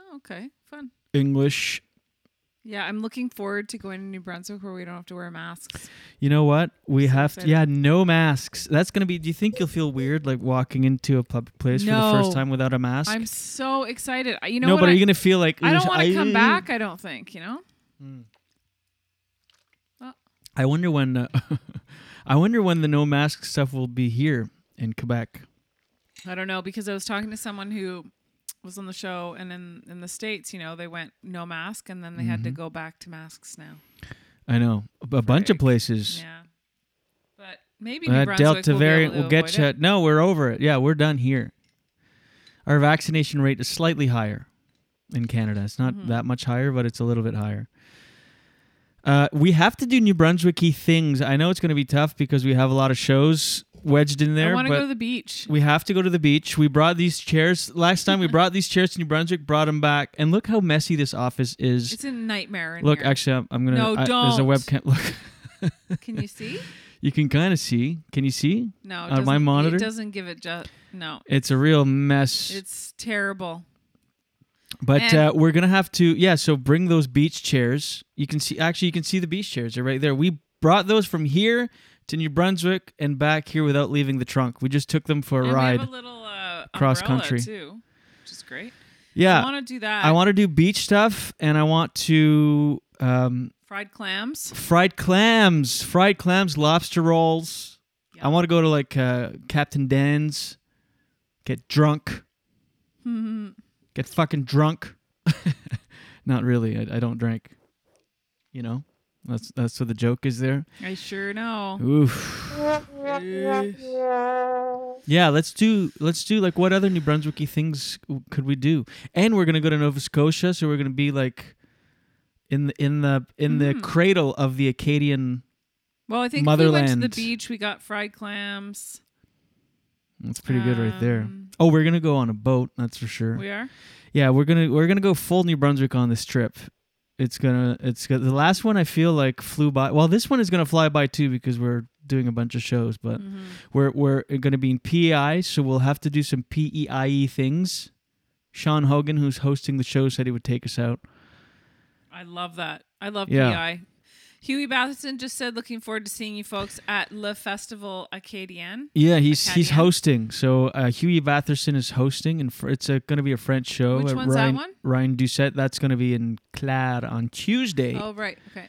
G: Oh, okay, fun.
A: English.
G: Yeah, I'm looking forward to going to New Brunswick where we don't have to wear masks.
A: You know what? We have
G: excited.
A: to. Yeah, no masks. That's gonna be. Do you think you'll feel weird like walking into a public place for the
G: No.
A: first time without a mask?
G: I'm so excited. I- You know
A: no,
G: what?
A: but
G: I-
A: are you gonna feel like?
G: I don't
A: "Ooh,
G: want to come
A: I-
G: back. I don't think you know.
A: I wonder when. Uh, I wonder when the no mask stuff will be here in Quebec.
G: I don't know because I was talking to someone who was on the show and in in the states. You know, they went no mask and then they had to
A: Mhm.
G: go back to masks now.
A: I know a bunch of places.
G: Yeah, but maybe New
A: That
G: Brunswick
A: Uh, Delta
G: will
A: variant
G: be able
A: will
G: to
A: get you.
G: avoid it.
A: No, we're over it. Yeah, we're done here. Our vaccination rate is slightly higher in Canada. It's not
G: Mhm.
A: that much higher, but it's a little bit higher. Uh, we have to do New Brunswicky things. I know it's going to be tough because we have a lot of shows wedged in there.
G: wanna
A: but
G: go to the beach.
A: We have to go to the beach. We brought these chairs last time. we brought these chairs to New Brunswick, brought them back, and look how messy this office is.
G: It's a nightmare in
A: look,
G: here.
A: actually, I'm, I'm gonna.
G: No,
A: I- There's a
G: don't.
A: webcam. Look.
G: Can you see?
A: You can kind of see. Can you see?
G: No,
A: on
G: it
A: my
G: doesn't-
A: monitor.
G: It doesn't give it just no.
A: It's a real mess.
G: It's terrible.
A: but
G: and-
A: uh, we're gonna have to, yeah. So bring those beach chairs. You can see. Actually, you can see the beach chairs. They're right there. We brought those from here to New Brunswick and back here without leaving the trunk. We just took them for a
G: And
A: ride.
G: We have a little uh,
A: cross
G: umbrella,
A: country.
G: too, which is great.
A: yeah,
G: I want to do that.
A: I want to do beach stuff, and I want to um,
G: fried clams.
A: fried clams, fried clams, lobster rolls. I want to go to like uh, Captain Dan's, get drunk.
G: Hmm.
A: get fucking drunk. Not really. I, I don't drink. You know, that's that's what the joke is there.
G: I sure know.
A: Oof. Yeah, let's do let's do like what other New Brunswicky things w- could we do? And we're gonna go to Nova Scotia, so we're gonna be like in the in the in the cradle of the Acadian.
G: Well, I think if
A: motherland.
G: we went to the beach. We got fried clams.
A: That's pretty good right there. Oh, we're gonna go on a boat. That's for sure.
G: Um, We are?
A: Yeah, we're gonna we're gonna go full New Brunswick on this trip. It's gonna it's gonna, the last one I feel like flew by. Well, this one is gonna fly by too because we're doing a bunch of shows, but
G: Mm-hmm.
A: we're we're gonna be in PEI, so we'll have to do some PEIE E things. Sean Hogan, who's hosting the show, said he would take us out.
G: I love that. I love
A: Yeah.
G: PI. Huey Batherson just said, looking forward to seeing you folks at Le Festival Acadien.
A: Yeah, he's he's
G: Acadien.
A: hosting. So uh, Huey Batherson is hosting, and fr- it's going to be a French show.
G: Which
A: at
G: one's that
A: Ryan,
G: one?
A: Ryan Doucette. That's going to be in Clare on Tuesday.
G: Oh, right. Okay.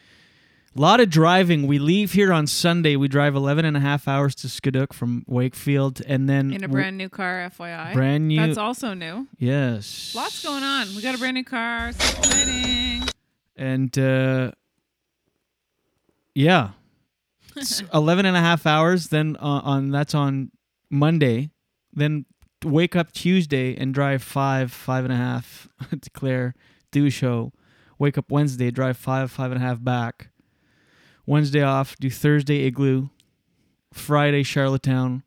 A: A lot of driving. We leave here on Sunday. We drive 11 and a half hours to Skadook from Wakefield, and then
G: In a
A: w-
G: brand new car, FYI.
A: brand new.
G: That's also new.
A: Yes.
G: Lots going on. We got a brand new car. It's exciting.
A: and uh, yeah It's 11 and a half hours then uh, on that's on monday then wake up tuesday and drive five five and a half to claire do a show wake up wednesday drive five five and a half back wednesday off do thursday igloo friday charlottetown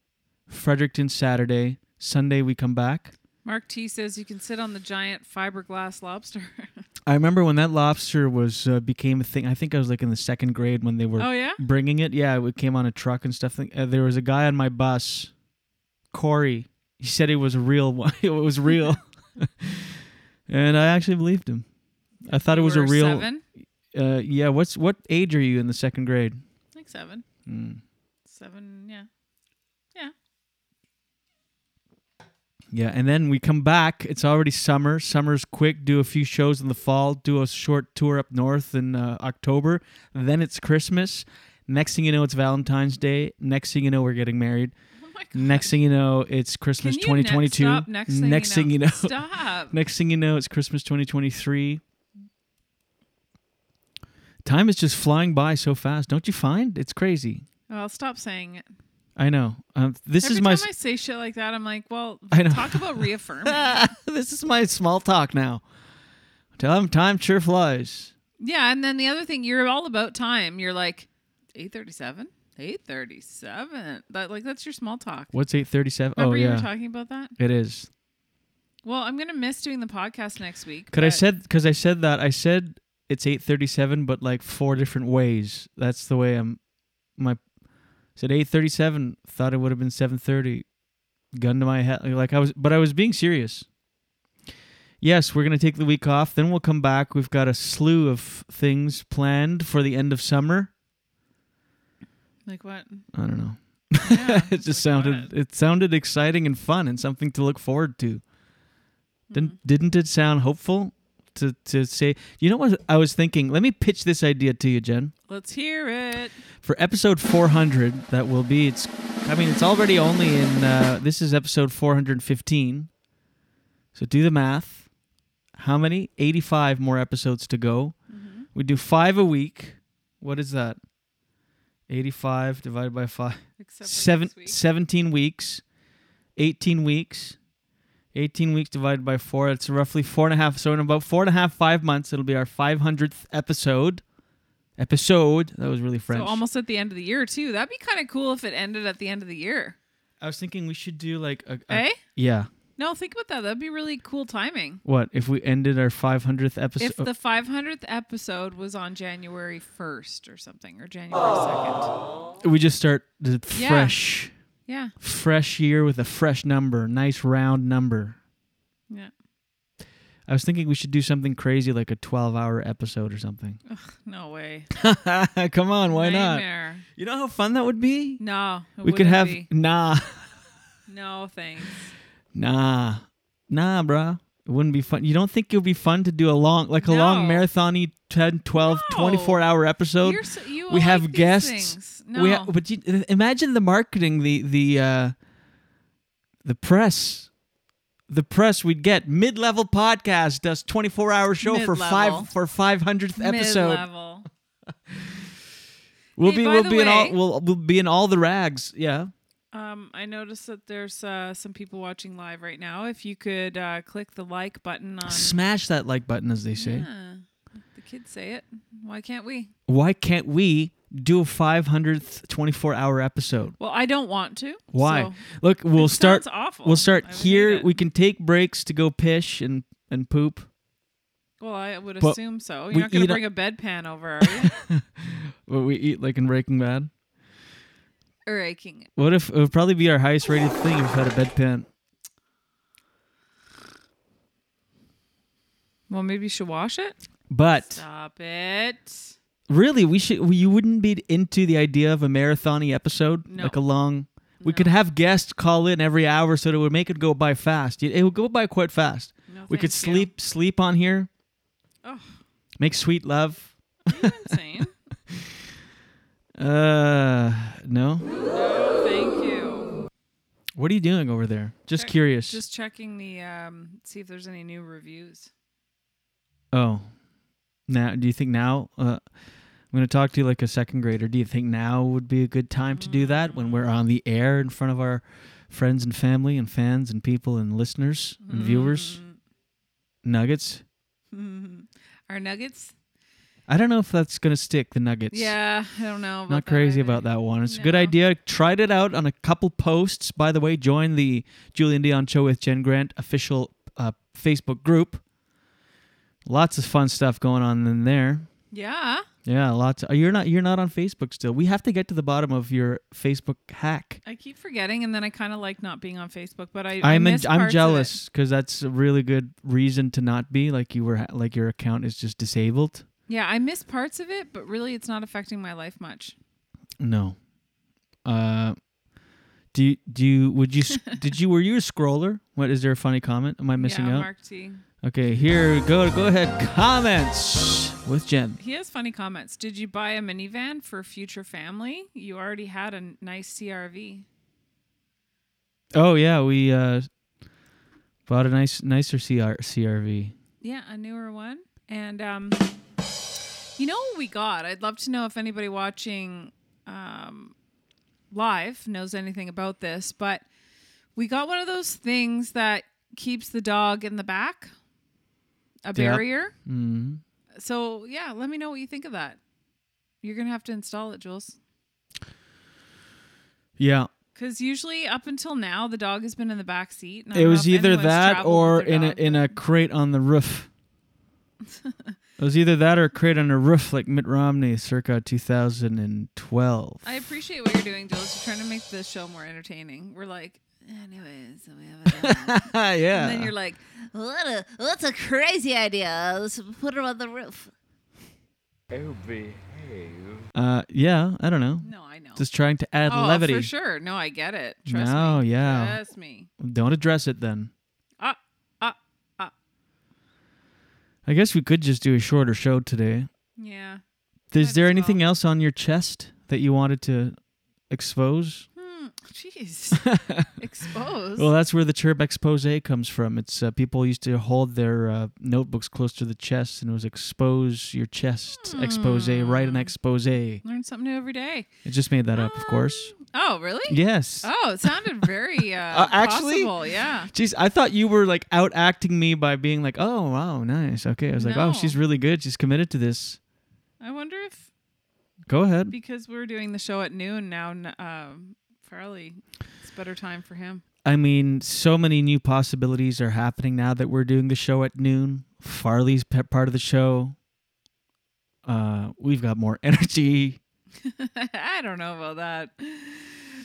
A: fredericton saturday sunday we come back
G: Mark T says you can sit on the giant fiberglass lobster.
A: I remember when that lobster was uh, became a thing. I think I was like in the second grade when they were
G: Oh, yeah?
A: bringing it. Yeah, it came on a truck and stuff. Uh, there was a guy on my bus, Corey. He said it was a real one. It was real, and I actually believed him. I thought it
G: You
A: was a
G: were
A: real.
G: seven?
A: Uh, yeah. What's what age are you in the second grade?
G: like seven.
A: Mm,
G: Seven, yeah. Yeah.
A: yeah, and then we come back. It's already summer. Summer's quick. Do a few shows in the fall. Do a short tour up north in uh, October. Then it's Christmas. Next thing you know, it's Valentine's Day. Next thing you know, we're getting married. Next thing you know, it's Christmas
G: Oh Can you ne-
A: 2022.
G: stop next thing you know? Stop.
A: next thing you know, it's Christmas 2023. Time is just flying by so fast, don't you find? It's crazy.
G: Well, stop saying it.
A: I know. Um, this
G: Every
A: is my.
G: time I say shit like that, I'm like, well,
A: I know.
G: talk about reaffirming.
A: this is my small talk now. Time, time sure flies.
G: yeah, and then the other thing, you're all about time. You're like, 837? 837. That, like, that's your small talk.
A: What's eight thirty-seven? Oh
G: Remember you
A: yeah,
G: were talking about that?
A: It is.
G: Well, I'm going to miss doing the podcast next week.
A: Could I
G: but-
A: said because I said that I said it's eight thirty-seven, but like four different ways. That's the way I'm. My said eight thirty-seven. Thought it would have been seven thirty. Gun to my head, like I was, but I was being serious. Yes, we're gonna take the week off. Then we'll come back. We've got a slew of things planned for the end of summer.
G: Like, what?
A: I don't know. it just sounded it sounded exciting and fun and something to look forward to. Didn't didn't it sound hopeful to to say, you know what I was thinking, let me pitch this idea to you, Jen.
G: Let's hear it.
A: For episode 400 that will be it's I mean it's already only in uh, this is episode 415. So do the math. How many? 85 more episodes to go. We do 5 a week. What is that? 85 divided by 5. Seven, 17 weeks, 18 weeks, 18 weeks divided by four. It's roughly four and a half. So in about four and a half, five months, it'll be our 500th episode. Episode. That was really French.
G: So almost at the end of the year too. That'd be kind of cool if it ended at the end of the year.
A: I was thinking we should do like a. a-
G: Eh?
A: Yeah.
G: No, think about that. That'd be really cool timing.
A: What if we ended our 500th episode?
G: If the 500th episode was on January 1st or something, or January 2nd.
A: we just start the
G: Yeah.
A: fresh.
G: Yeah.
A: Fresh year with a fresh number, nice round number.
G: Yeah.
A: I was thinking we should do something crazy like a 12 hour episode or something.
G: Ugh, no way.
A: Come on, why
G: Nightmare.
A: not? You know how fun that would be?
G: No. it
A: we could
G: wouldn't
A: have
G: be.
A: nah,
G: No, thanks.
A: nah, nah, bruh. It wouldn't be fun. You don't think it would be fun to do a long, like a long marathon-y 10, 12, 24 hour episode?
G: You're so- you
A: we
G: like
A: have
G: these
A: guests.
G: things.
A: We
G: No.
A: but you, uh, imagine the marketing, the the uh, the press, the press we'd get. Mid-level podcast does 24 hour show for
G: Mid-level.
A: five for 500th episode.
G: Mid-level.
A: We'll
G: Hey,
A: be
G: by
A: we'll
G: the
A: be in all
G: way-
A: we'll, we'll be in all the rags. Yeah.
G: Um, I noticed that there's uh, some people watching live right now. If you could uh, click the like button on.
A: Smash that like button, as they say.
G: Yeah. The kids say it. Why can't we?
A: why can't we do a 500th 24 hour episode
G: Well, I don't want to.
A: why
G: so-
A: look we'll
G: It
A: start
G: sounds awful.
A: we'll start
G: I would hate
A: here
G: it.
A: we can take breaks to go piss and and poop
G: Well, I would
A: But
G: assume so.
A: we
G: You're not going
A: eat a-
G: to bring a bedpan over, are you?
A: what we eat like in breaking bad
G: Raking.
A: what if it would probably be our highest rated thing if we had a bedpan
G: Well, maybe you should wash it.
A: but
G: Stop it.
A: Really, we should. We, you wouldn't be into the idea of a marathon-y episode, like a long. We could have guests call in every hour, so that it would make it go by fast. It, it would go by quite fast. we could sleep, sleep on here.
G: Ugh.
A: Make sweet love.
G: Insane.
A: uh, no.
G: no, thank you.
A: What are you doing over there? Just
G: Check-
A: curious.
G: Just checking the um, see if there's any new reviews.
A: Oh, now do you think now? Uh, I'm going to talk to you like a second grader. Do you think now would be a good time to do that when we're on the air in front of our friends and family and fans and people and listeners and viewers?
G: Mm.
A: Nuggets.
G: Our nuggets.
A: I don't know if that's going to stick. The nuggets.
G: Yeah, I don't know. about
A: Not
G: that.
A: crazy about that one. It's a good idea. Tried it out on a couple posts. By the way, join the Julian Dion Show with Jen Grant official uh, Facebook group. Lots of fun stuff going on in there.
G: Yeah.
A: Yeah, lots. oh, you're not. You're not on Facebook still. We have to get to the bottom of your Facebook hack.
G: I keep forgetting, and then I kind of like not being on Facebook, but I. I
A: I'm in,
G: miss
A: I'm
G: parts of
A: jealous because that's a really good reason to not be like you were. ha- Like your account is just disabled.
G: it. Yeah, I miss parts of it, but really, it's not affecting my life much.
A: No. Uh, do you, do you would you s- did you were you a scroller? What is there a funny comment? Am I missing
G: Yeah,
A: out?
G: Mark T.
A: Okay, here go go ahead comments with Jen.
G: He has funny comments. Did you buy a minivan for future family? You already had a nice CRV.
A: Oh yeah, we uh bought a nice nicer CR, CRV.
G: Yeah, a newer one. And um, you know what we got? I'd love to know if anybody watching um, live knows anything about this, but we got one of those things that keeps the dog in the back, a barrier.
A: hmm
G: So yeah, let me know what you think of that. You're gonna have to install it, Jules.
A: Yeah.
G: Because usually up until now, the dog has been in the back seat. and I
A: It
G: don't know
A: was
G: if
A: either
G: anyone's
A: that
G: traveled
A: or
G: with their
A: in a
G: dog.
A: in a crate on the roof. it was either that or a crate on a roof like Mitt Romney circa 2012.
G: I appreciate what you're doing, Jules. You're trying to make this show more entertaining. We're like, anyways, we have a dog."
A: Yeah.
G: And then you're like,
H: What a what's a crazy idea? Let's put her on the roof.
I: Oh, behave.
A: Uh, yeah, I don't know.
G: No, I know.
A: Just trying to add
G: oh,
A: levity.
G: for sure. No, I get it. Trust
A: no,
G: me.
A: yeah.
G: Trust me.
A: Don't address it then.
G: Ah, ah, ah.
A: I guess we could just do a shorter show today.
G: Yeah.
A: Is there anything else on your chest that you wanted to expose?
G: Hmm. Jeez. Exposed.
A: Well, that's where the chirp expose comes from. It's uh, people used to hold their uh, notebooks close to the chest, and it was expose your chest,
G: Hmm.
A: expose, write an expose. It
G: Learn something new every day.
A: just made that up, of course.
G: Oh, really?
A: Yes.
G: Oh, it sounded very uh,
A: Uh, actually,
G: possible. Yeah.
A: Jeez, I thought you were like out acting me by being like, "Oh, wow, nice, okay." I was like, "Oh,
G: No.
A: she's really good. She's committed to this."
G: I wonder if
A: Go ahead.
G: because we're doing the show at noon now. n- Um, Farley, it's better time for him.
A: I mean, so many new possibilities are happening now that we're doing the show at noon. Farley's pe- part of the show. Uh, we've got more energy.
G: I don't know about that.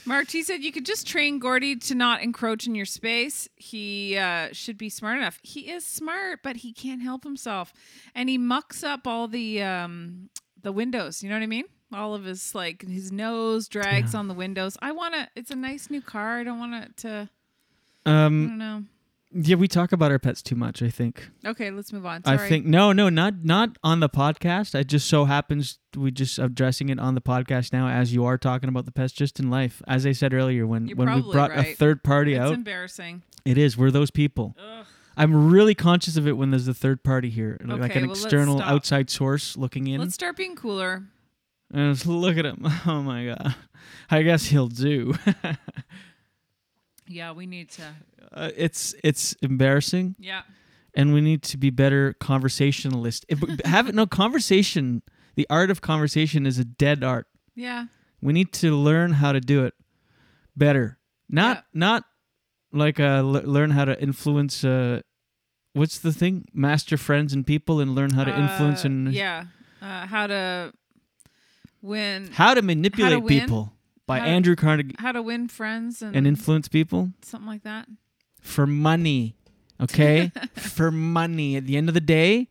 G: Mark T said you could just train Gordy to not encroach in your space. He uh, should be smart enough. He is smart, but he can't help himself, and he mucks up all the um, the windows. You know what I mean? All of his like his nose drags on the windows. I want to. It's a nice new car. I don't want it to. I don't
A: Um,
G: know.
A: yeah, we talk about our pets too much. I think.
G: Okay, let's move on.
A: I
G: Sorry.
A: think no, no, not not on the podcast. It just so happens we just addressing it on the podcast now, as you are talking about the pets just in life. As I said earlier, when
G: You're
A: when we
G: probably
A: brought a
G: right.
A: third party
G: It's
A: out,
G: embarrassing.
A: It is. We're those people. I'm really conscious of it when there's a third party here, like- like
G: Okay,
A: an
G: well, let's
A: external
G: stop.
A: outside source looking in.
G: Let's start being cooler.
A: And just look at him. Oh my god. I guess he'll do.
G: Yeah, we need to.
A: Uh, it's it's embarrassing.
G: Yeah.
A: And we need to be better conversationalists. If, have no conversation. The art of conversation is a dead art.
G: Yeah.
A: We need to learn how to do it better. Not not like uh, l- learn how to influence. Uh, what's the thing? Master friends and people, and learn how to influence
G: Uh,
A: and
G: yeah, uh, how to win.
A: how to manipulate
G: win,
A: people by
G: how to-
A: Andrew Carnegie
G: How to win friends and,
A: and influence people.
G: something like that.
A: for money. Okay? for money. At the end of the day,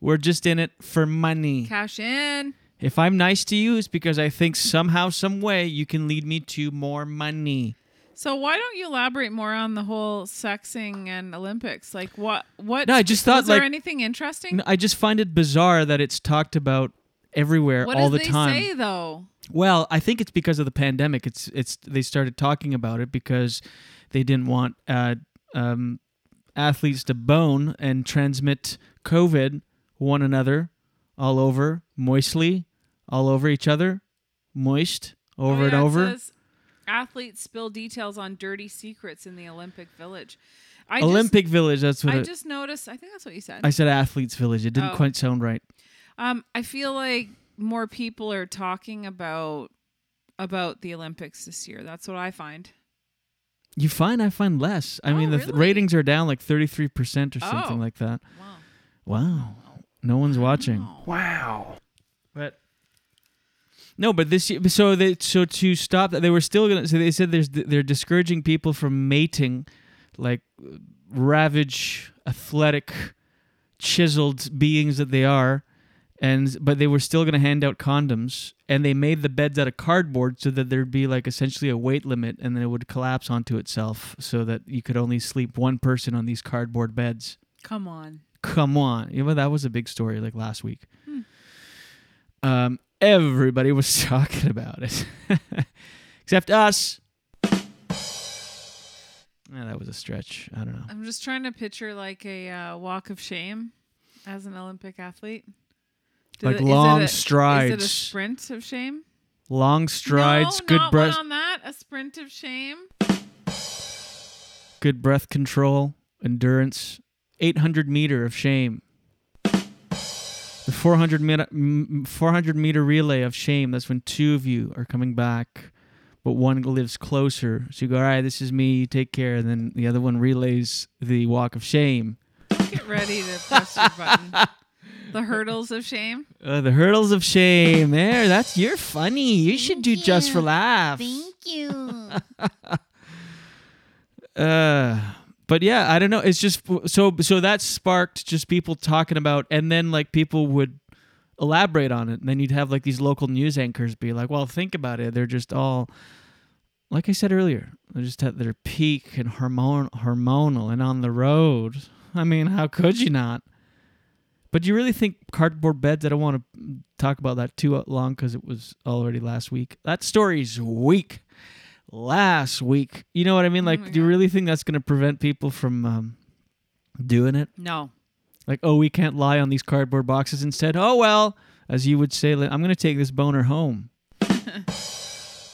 A: we're just in it for money.
G: Cash in.
A: If I'm nice to you, it's because I think somehow, some way, you can lead me to more money.
G: So why don't you elaborate more on the whole sexing and Olympics? Like what? What?
A: No, I just thought,
G: was there
A: like-
G: anything interesting?
A: N- I just find it bizarre that it's talked about everywhere
G: what
A: all
G: did
A: the
G: they
A: time.
G: say though?
A: Well, I think it's because of the pandemic. It's it's they started talking about it because they didn't want uh, um, athletes to bone and transmit COVID one another all over moistly, all over each other, moist over
G: Oh,
A: and
G: yeah, it
A: over.
G: says, athletes spill details on dirty secrets in the Olympic Village. I
A: Olympic
G: just,
A: Village. That's what
G: I
A: it-
G: just noticed. I think that's what you said.
A: I said athletes village. It didn't
G: Oh.
A: quite sound right.
G: Um, I feel like more people are talking about about the Olympics this year. That's what I find.
A: You find I find less. I mean, the th- ratings are down like thirty three percent or something
G: Oh.
A: like that. Wow. No one's watching.
G: Wow.
A: But No, but this year, so they so to stop that they were still gonna. So they said there's they're discouraging people from mating, like uh, ravage athletic, chiseled beings that they are, and but they were still gonna hand out condoms, and they made the beds out of cardboard so that there'd be like essentially a weight limit, and then it would collapse onto itself so that you could only sleep one person on these cardboard beds.
G: Come on.
A: Come on, you know that was a big story like last week.
G: Hmm.
A: Um, everybody was talking about it, except us. Yeah, that was a stretch. I don't know.
G: I'm just trying to picture like a uh, walk of shame as an Olympic athlete. Do
A: Like
G: is it
A: long
G: a- Is it a
A: strides.
G: sprint of shame?
A: Long strides,
G: no,
A: good
G: not
A: breath,
G: one on that. A sprint of shame.
A: good breath control, endurance. 800 meter of shame. The 400 meter, m- 400 meter relay of shame. That's when two of you are coming back, but one lives closer. So you go, all right, this is me. You take care. And then the other one relays the walk of shame.
G: Get ready to press your button. The hurdles of shame.
A: Uh, the hurdles of shame. There, that's you're funny. You should do just for laughs.
H: Thank you.
A: Uh, but yeah, I don't know. It's just so so that sparked just people talking about, and then like people would elaborate on it, and then you'd have like these local news anchors be like, "Well, think about it. They're just all." Like I said earlier, they're just at their peak and hormon- hormonal and on the road. I mean, how could you not? But do you really think cardboard beds? I don't want to talk about that too long because it was already last week. That story's weak. Last week, you know what
G: Oh
A: I mean? Like, do you really think that's going to prevent people from um, doing it?
G: No.
A: Like, oh, we can't lie on these cardboard boxes. Instead, oh well, as you would say, like, I'm going to take this boner home.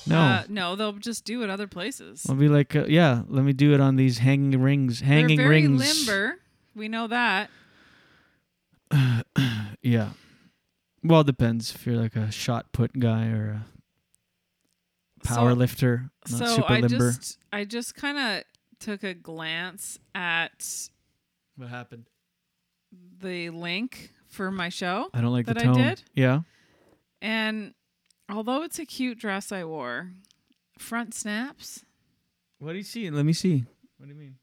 A: no,
G: Uh, no, they'll just do it other places.
A: I'll be like, uh, yeah, let me do it on these hanging rings. Hanging
G: They're very
A: rings.
G: limber. We know that.
A: Yeah. Well, it depends if you're like a shot put guy or a power
G: So-
A: lifter, not
G: so
A: super
G: I
A: limber.
G: just I just kind of took a glance at
A: what happened.
G: The link for my show.
A: I don't like
G: that
A: the tone.
G: I did.
A: Yeah.
G: And although it's a cute dress I wore, front snaps.
A: What do you see? Let me see. What do you mean?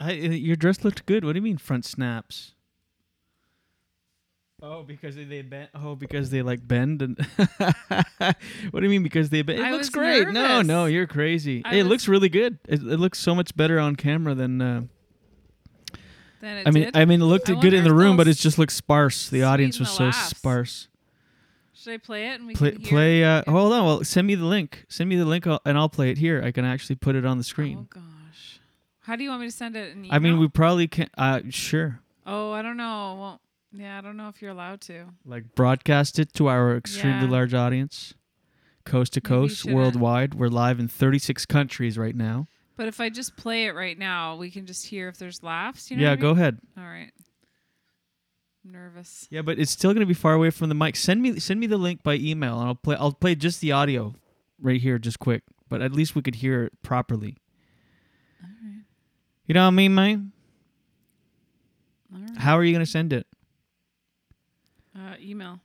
A: I, uh, your dress looked good. What do you mean front snaps? Oh, because they bent. Oh, because they like bend and. what do you mean? Because they bend? It
G: I
A: looks
G: was
A: great. No,
G: nervous.
A: no, you're crazy.
G: I
A: it
G: was-
A: looks really good. It, it looks so much better on camera than. Uh,
G: Then it
A: I mean,
G: did.
A: I mean, it looked
G: I
A: good in
G: wonder
A: the
G: if
A: room, but
G: they'll
A: it just looked sparse. The audience was
G: the
A: so
G: laughs.
A: sparse.
G: Should I play it and we
A: Play,
G: can hear?
A: play. Uh, hold on. Well, send me the link. Send me the link, I'll- and I'll play it here. I can actually put it on the screen.
G: Oh, How do you want me to send it? In
A: I mean,
G: email?
A: we probably can. Uh, sure.
G: Oh, I don't know. Well, yeah, I don't know if you're allowed to.
A: Like broadcast it to our extremely
G: Yeah.
A: large audience, coast to
G: Maybe you
A: coast,
G: shouldn't.
A: worldwide. We're live in 36 countries right now.
G: But if I just play it right now, we can just hear if there's laughs. You know
A: Yeah,
G: what I
A: go
G: mean?
A: ahead.
G: All right. I'm nervous.
A: Yeah, but it's still gonna be far away from the mic. Send me send me the link by email, and I'll play. I'll play just the audio right here, just quick. But at least we could hear it properly. You know what I mean, man? How are you gonna send it?
G: Uh, email.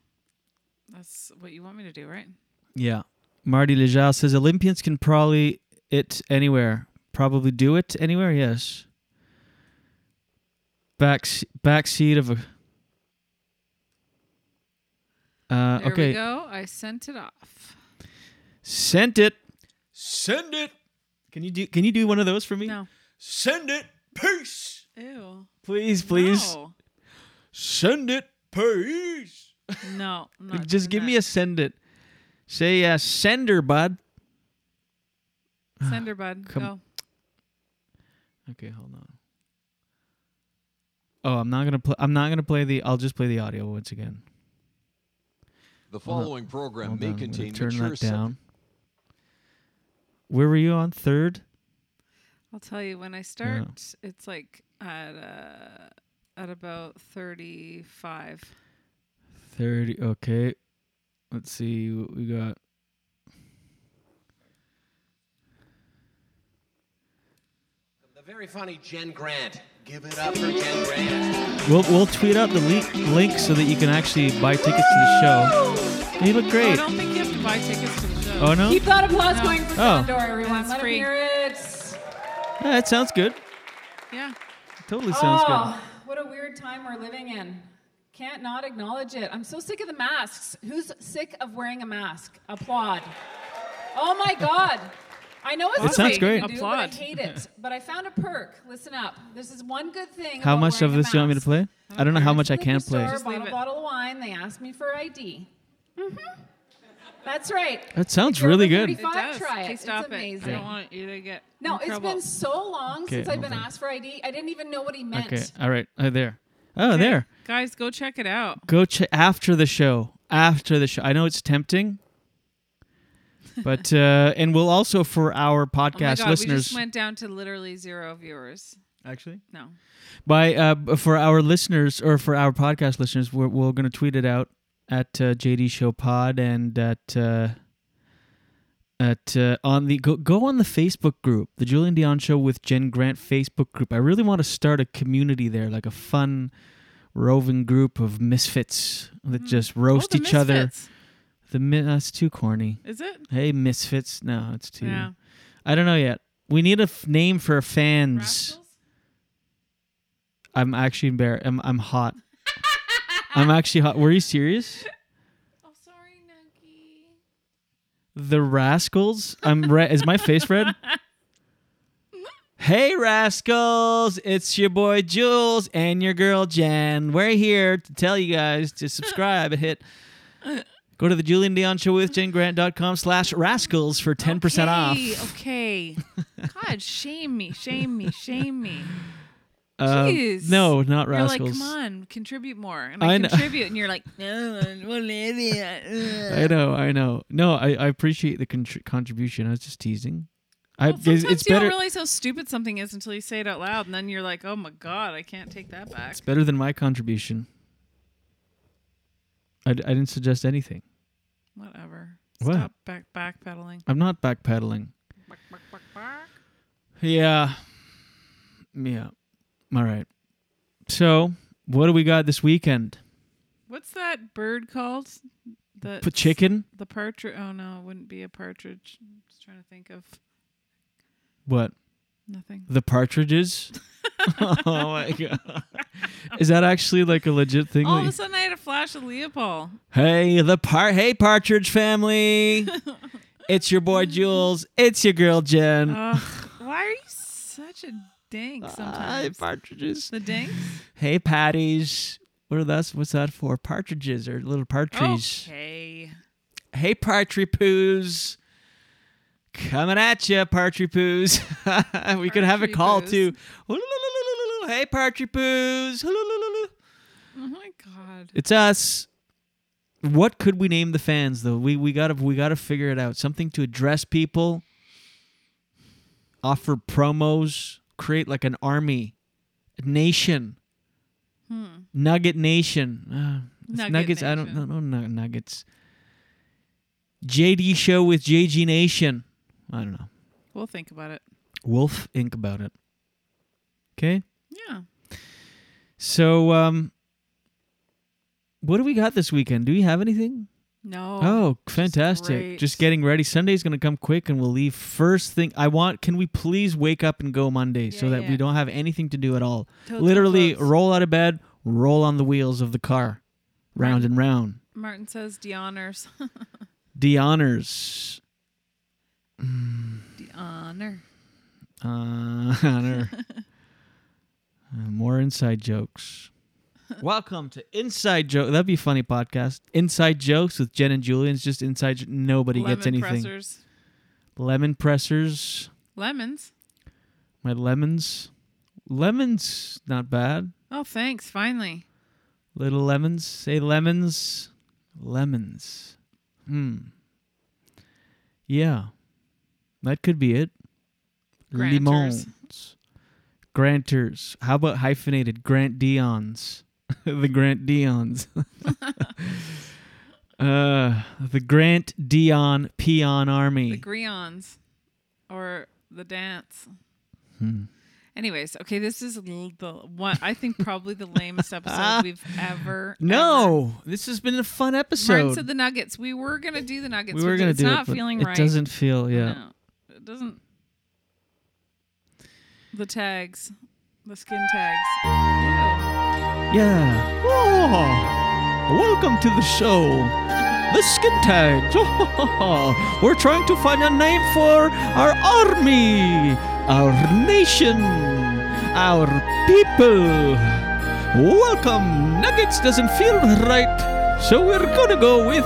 G: That's what you want me to do, right?
A: Yeah. Marty Lejal says Olympians can probably it anywhere. Probably do it anywhere, yes. Back backseat of a Uh,
G: There
A: okay.
G: we go. I sent it off.
A: Sent it. Send it. Can you do? Can you do one of those for me? No. Send it. Peace.
G: Ew.
A: Please, please.
G: No.
A: Send it. Peace.
G: No. I'm not
A: Just give me a send it. Say uh, sender, bud.
G: sender, bud.
A: Come-
G: Go.
A: Okay, hold on. Oh, I'm not gonna play. I'm not gonna play the. I'll just play the audio once again.
K: The
A: Hold on.
K: following program
A: Hold
K: may
A: on, I'm gonna
K: contain
A: turn
K: mature
A: that down. Where were you on third?
G: I'll tell you when I start. It's like at uh, at about thirty-five.
A: Thirty. Okay. Let's see what we got.
L: The very funny Jen Grant. Give it up for Jen Grant.
A: We'll we'll tweet out the le- link so that you can actually buy tickets to the show. You look
G: I
A: great.
G: Oh, don't think you have to buy tickets to the show.
A: Oh, no? Keep that
M: applause
G: No.
M: going for
A: Oh.
M: Condor, everyone.
G: It's
M: Let
G: free.
M: him hear it.
A: Yeah, that sounds good.
G: Yeah.
A: Totally sounds
M: oh, what a weird time we're living in. Can't not acknowledge it. I'm so sick of the masks. Who's sick of wearing a mask? Applaud. Oh my God. I know it's
A: It sounds
M: great.
A: great.
M: Do, but I
A: Applaud.
M: hate it. But I found a perk. Listen up. This is one good thing.
A: good. How
M: about
A: much
M: wearing
A: of
M: a
A: this do you want me to
M: mask.
A: play? I don't know how much I can
M: Liquor
A: play.
M: Store, bought a bottle of wine. They asked me for ID. hmm That's right.
A: That sounds
M: If you're
A: really
M: over
A: good.
M: 35,
G: It does.
M: Try it.
G: Please stop
M: it's
G: it. I don't
M: amazing.
G: want you to get
M: No,
G: in
M: it's
G: trouble.
M: been so long
A: Okay,
M: since I've
A: hold
M: been
A: on.
M: asked for ID. I didn't even know what he meant.
A: Okay. All right. Oh, there. Oh, there.
G: Guys, go check it out. Oh
A: Go ch- after the show. After the show. I know it's tempting. But uh and we'll also for our
G: Oh my
A: podcast
G: God, we
A: listeners
G: just went down to literally zero viewers.
A: Actually?
G: No.
A: by uh b- for our listeners or for our podcast listeners we're we're going to tweet it out at uh, JD Show Pod and at uh at uh, on the go, go on the Facebook group, the Julian Dion Show with Jen Grant Facebook group. I really want to start a community there, like a fun roving group of misfits that just roast
G: Mm-hmm. Oh, the
A: each other.
G: misfits.
A: The mi- that's too corny.
G: Is it?
A: Hey, misfits. No, it's too.
G: Yeah.
A: I don't know yet. We need a f- name for fans. I'm actually embarrassed. I'm I'm hot. I'm actually hot. Were you serious? The Rascals. I'm red. Is my face red? Hey Rascals, it's your boy Jules and your girl Jen. We're here to tell you guys to subscribe and hit go to the Julian Dion show with Jen Grant.com slash rascals for ten percent off.
G: Hey, okay. oh, God, shame me, shame me, shame me.
A: Uh,
G: Jeez.
A: no, not
G: You're like,
A: Rascals.
G: come on, contribute more. And
A: I
G: I,
A: kn-
G: contribute, and you're like, no, what an idiot. Ugh."
A: I know, I know. No, I, I appreciate the contr contribution. I was just teasing. I
G: Well, sometimes
A: it's, it's
G: you
A: better.
G: don't realize how stupid something is until you say it out loud, and then you're like, oh my God, I can't take that back.
A: It's better than my contribution. I, d- I didn't suggest anything.
G: Whatever.
A: What?
G: Stop back backpedaling.
A: I'm not backpedaling. Yeah. Yeah. All right. So, what do we got this weekend?
G: What's that bird called? The
A: P- chicken?
G: The partridge. Oh no, it wouldn't be a partridge. I'm just trying to think of.
A: What?
G: Nothing.
A: The partridges? oh my god. Is that actually like a legit thing?
G: All
A: that
G: of
A: you-
G: a sudden, I had a flash of Leopold.
A: Hey, the par hey partridge family. it's your boy Jules. It's your girl Jen.
G: Ugh, why are you such a
A: Uh,
G: dink
A: Hi,
G: sometimes?
A: partridges.
G: The dinks?
A: Hey patties. What are that's what's that for? Partridges or little partridges.
G: Oh, Okay.
A: Hey partridge poos. Coming at you, partridge poos. we could have a call too. Hey partridge poos.
G: Oh my god.
A: It's us. What could we name the fans though? We we gotta we gotta figure it out. Something to address people. Offer promos. Create like an army, a nation,
G: Hmm.
A: Nugget Nation. Uh, it's
G: Nugget
A: nuggets. I don't, I don't know nu- Nuggets. JD show with JG Nation. I don't know.
G: We'll think about it.
A: Wolf Inc. about it. Okay.
G: Yeah.
A: So um, what do we got this weekend? Do we have anything?
G: No.
A: Oh, fantastic.
G: great.
A: Just getting ready. Sunday's going to come quick and we'll leave first thing. I want can we please wake up and go Monday so that we don't have anything to do at all.
G: Totes
A: Literally roll out of bed, roll on the wheels of the car round and round.
G: Martin says de honors.
A: De honors.
G: de honor.
A: Uh, honor. Uh, more inside jokes. Welcome to Inside Joke. That'd be a funny podcast. Inside jokes with Jen and Julian's just inside. jo- Nobody
G: Lemon
A: gets anything.
G: pressers.
A: Lemon pressers.
G: Lemons.
A: My lemons. Lemons, not bad.
G: Oh, thanks. Finally.
A: Little lemons. Say lemons. Lemons. Hmm. Yeah. That could be it.
G: Granters.
A: Limons. Granters. How about hyphenated? Grant Dion's. the Grant Dion's. uh, the Grant Dion Peon Army.
G: The Greons. Or the dance.
A: Hmm.
G: Anyways, okay, this is l- the one I think probably the lamest episode we've ever.
A: No, this has been a fun
G: Martin
A: episode.
G: said the Nuggets. We were gonna do the Nuggets.
A: we were
G: but
A: gonna
G: it's
A: do
G: not
A: it, but
G: feeling
A: it
G: right.
A: doesn't feel. Yeah.
G: No, it doesn't. The tags, the skin tags. Oh,
A: Yeah. Oh, welcome to the show. The skin tags. We're trying to find a name for our army, our nation, our people. Welcome. Nuggets doesn't feel right, so we're gonna go with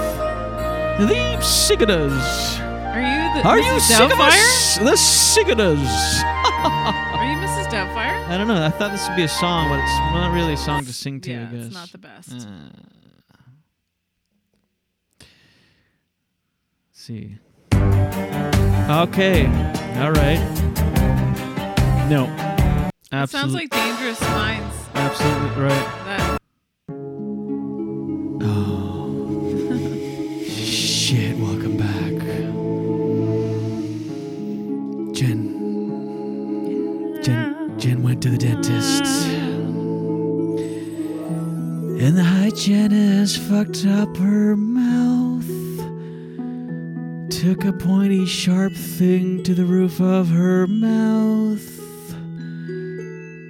A: the Cigadas.
G: Are you the?
A: Are
G: Mrs.
A: you sick of
G: Doubtfire?
A: us? The Cigadas.
G: Are you Mrs. Doubtfire?
A: I don't know. I thought this would be a song, but it's not really a song to sing to.
G: Yeah,
A: I guess
G: it's not the best.
A: Let's see. Okay. All right. No.
G: It sounds
A: Absolutely.
G: like Dangerous Minds.
A: absolutely right.
G: That
A: Shit. Welcome back, Jen. Jen. Jen went to the dentist. And the hygienist fucked up her mouth. Took a pointy, sharp thing to the roof of her mouth.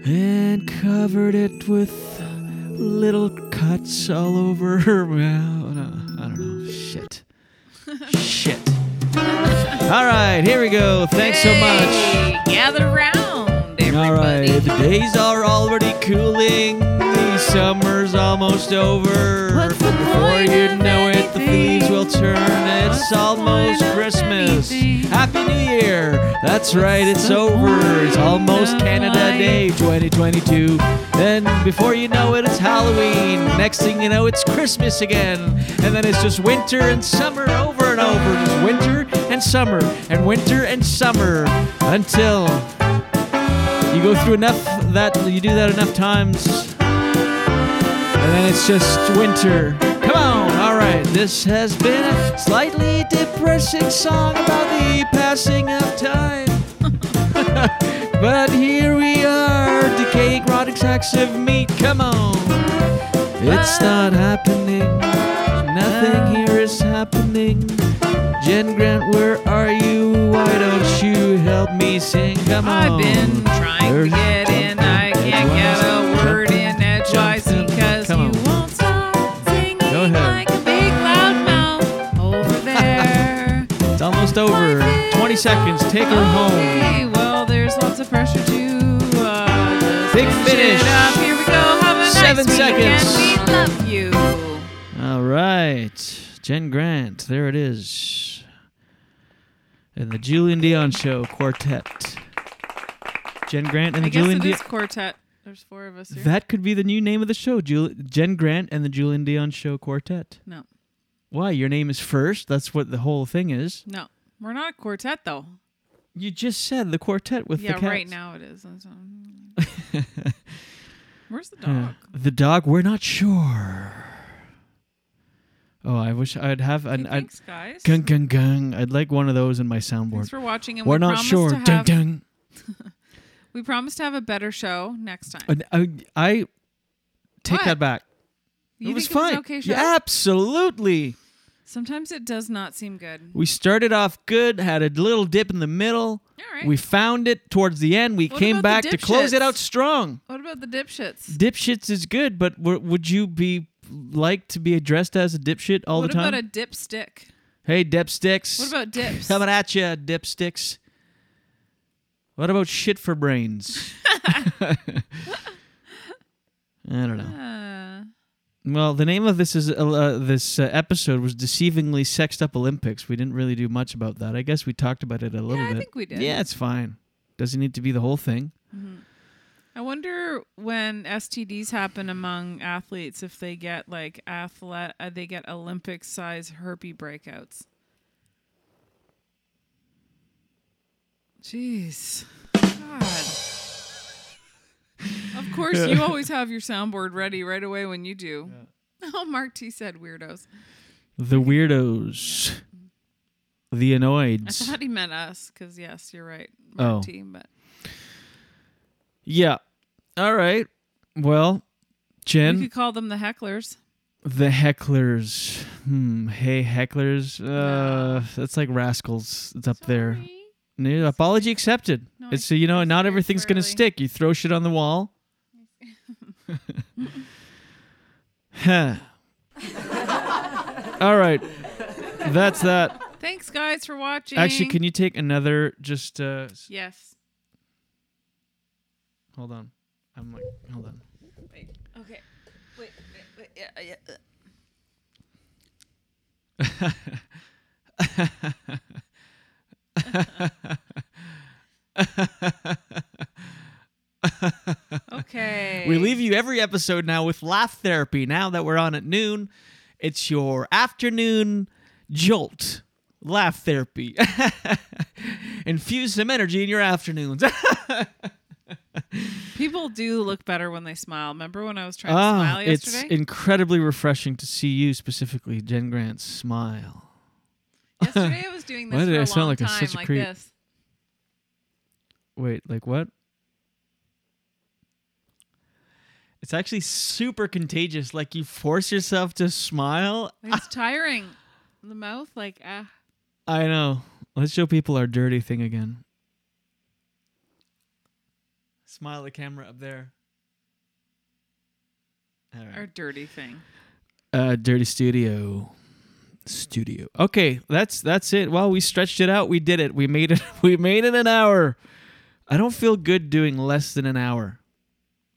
A: And covered it with little cuts all over her mouth. Uh, I don't know. Shit. Shit. All right, here we go. Thanks so much.
G: gather round.
A: All right, the days are already cooling. The summer's almost over. Before you know it, the leaves will turn. It's almost Christmas. Happy New Year. That's right, it's over. It's almost Canada Day 2022. Then before you know it, it's Halloween. Next thing you know, it's Christmas again. And then it's just winter and summer over and over. Just winter and summer and winter and summer until you go through enough that you do that enough times, and then it's just winter. Come on, all right. This has been a slightly depressing song about the passing of time, but here we are, decaying, rotting sacks of meat. Come on, it's not happening. Nothing here is happening. Jen Grant, where are you? Why don't you help me sing? Come on.
G: I've been trying to get in. I can't get a word in edgewise because
A: Come
G: you
A: on.
G: won't stop singing
A: Go ahead.
G: like a big loud mouth over there.
A: It's almost over. 20 seconds. Take her home.
G: hey, well, there's lots of pressure to uh, just
A: Big
G: finish
A: finish.
G: It up. Here we go. Have a
A: Seven
G: nice weekend.
A: seconds.
G: We love you.
A: All right. Jen Grant. There it is. And the Julian Dion Show Quartet. Jen Grant and
G: I
A: the
G: guess
A: Julian
G: it
A: Dion.
G: is quartet. There's four of us here.
A: That could be the new name of the show, Jul- Jen Grant and the Julian Dion Show Quartet.
G: No.
A: Why? Your name is first. That's what the whole thing is.
G: no, we're not a quartet though.
A: You just said the quartet with
G: yeah,
A: the cats.
G: right now it is. That's what I'm- Where's the dog?
A: Uh, the dog. We're not sure. Oh, I wish I'd have an. I'd,
G: thanks, guys.
A: Gung gung gung. I'd like one of those in my soundboard.
G: Thanks for watching, and
A: we're
G: we
A: not
G: promise
A: sure.
G: to
A: Dung,
G: have-
A: dung.
G: We promise to have a better show next time.
A: And I, I take
G: What?
A: that back.
G: You
A: it was
G: think it was
A: fine.
G: an okay show?
A: Yeah, absolutely.
G: Sometimes it does not seem good.
A: We started off good, had a little dip in the middle.
G: All right.
A: We found it towards the end. We
G: What
A: came back
G: about the
A: to close it
G: dipshits?
A: out strong.
G: What about the dipshits?
A: Dipshits is good, but w- would you be like to be dressed as a dipshit all
G: what
A: the time?
G: about a dipstick?
A: hey, dipsticks.
G: What about dips?
A: Coming at ya, dipsticks. What about shit for brains? I don't know.
G: Uh,
A: Well, the name of this is uh, this uh, episode was deceivingly sexed up Olympics. We didn't really do much about that. I guess we talked about it a little bit. I
G: think we did.
A: Yeah, it's fine. Doesn't need to be the whole thing.
G: mhm. I wonder when STDs happen among athletes if they get like athlete uh, they get Olympic size herpes breakouts. Jeez. God. Of course, you always have your soundboard ready right away when you do. Oh, Mark T said weirdos.
A: The weirdos, the
G: I
A: annoyeds.
G: thought he meant us because yes, you're right,
A: Oh.
G: Mark T. But
A: Yeah. All right. Well, Jen.
G: you could call them the hecklers.
A: The hecklers. Hmm. Hey, hecklers. Uh, That's like rascals. It's up there. No, apology accepted. it's you know, not everything's gonna stick. You throw shit on the wall. Huh. All right. That's that.
G: Thanks, guys, for watching.
A: Actually, can you take another? Just uh, s-
G: Yes.
A: hold on. I'm like, hold on.
G: Okay. Wait. wait, wait yeah, yeah. uh. Okay.
A: We leave you every episode now with laugh therapy. Now that we're on at noon, it's your afternoon jolt. Laugh therapy. Infuse some energy in your afternoons.
G: People do look better when they smile. Remember when I was trying to
A: ah,
G: smile
A: it's
G: yesterday?
A: incredibly refreshing to see you specifically, Jen Grant, smile.
G: yesterday I was doing this
A: Why
G: for
A: did
G: a
A: I
G: long
A: sound like I'm
G: time,
A: such a
G: like
A: creep?
G: this.
A: Wait, like what? It's actually super contagious. Like you force yourself to smile.
G: It's tiring. The mouth, like ah.
A: I know. Let's show people our dirty thing again. Smile at the camera up there.
G: Or dirty thing.
A: Uh, Dirty Studio. Studio. Okay, that's that's it. Well, we stretched it out. We did it. We made it. We made it an hour. I don't feel good doing less than an hour.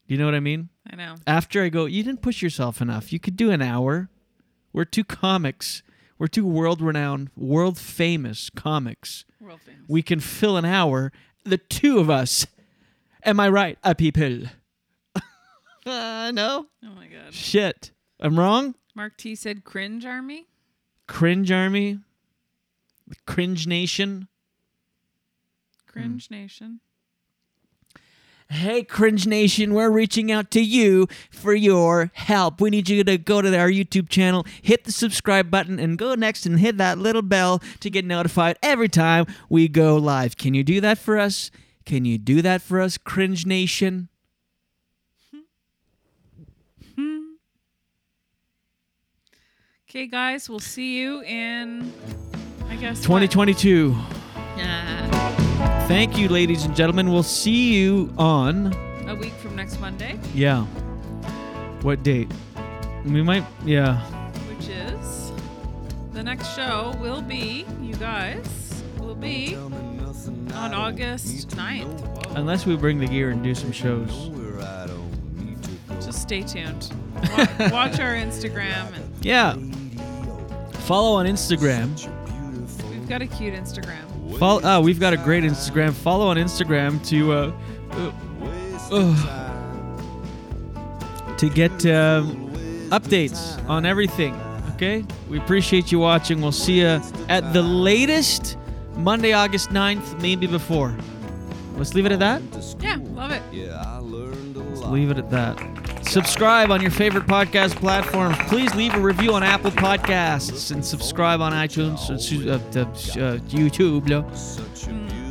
A: You know what I mean?
G: I know.
A: After I go, you didn't push yourself enough. You could do an hour. We're two comics. We're two world-renowned, world-famous comics.
G: World-famous.
A: We can fill an hour. The two of us. Am I right, uh, people? Uh, no.
G: Oh my god.
A: Shit. I'm wrong.
G: Mark T said cringe army.
A: Cringe Army, the Cringe Nation. Hmm.
G: Cringe nation.
A: Hey, Cringe Nation, we're reaching out to you for your help. We need you to go to our YouTube channel, hit the subscribe button, and go next and hit that little bell to get notified every time we go live. Can you do that for us? Can you do that for us, Cringe Nation?
G: Okay, guys, we'll see you in, I guess, what?
A: 2022.
G: Ah,
A: Thank you, ladies and gentlemen. We'll see you on.
G: a week from next Monday,
A: Yeah. What date? We might. Yeah.
G: which is the next show will be, you guys, will be on August 9th.
A: Unless we bring the gear and do some shows.
G: Just stay tuned. Wa- Watch our Instagram. And
A: Yeah. Follow on Instagram.
G: we've got a cute Instagram.
A: Follow. Oh, we've got a great Instagram. Follow on Instagram to uh, uh, ugh, to get um, updates on everything. Okay. We appreciate you watching. We'll see you at the latest Monday, August 9th, maybe before. Let's leave it at that.
G: Yeah, love it.
A: Let's leave it at that. Subscribe on your favorite podcast platform. Please leave a review on Apple Podcasts and subscribe on iTunes and su- uh, to, uh, YouTube. no?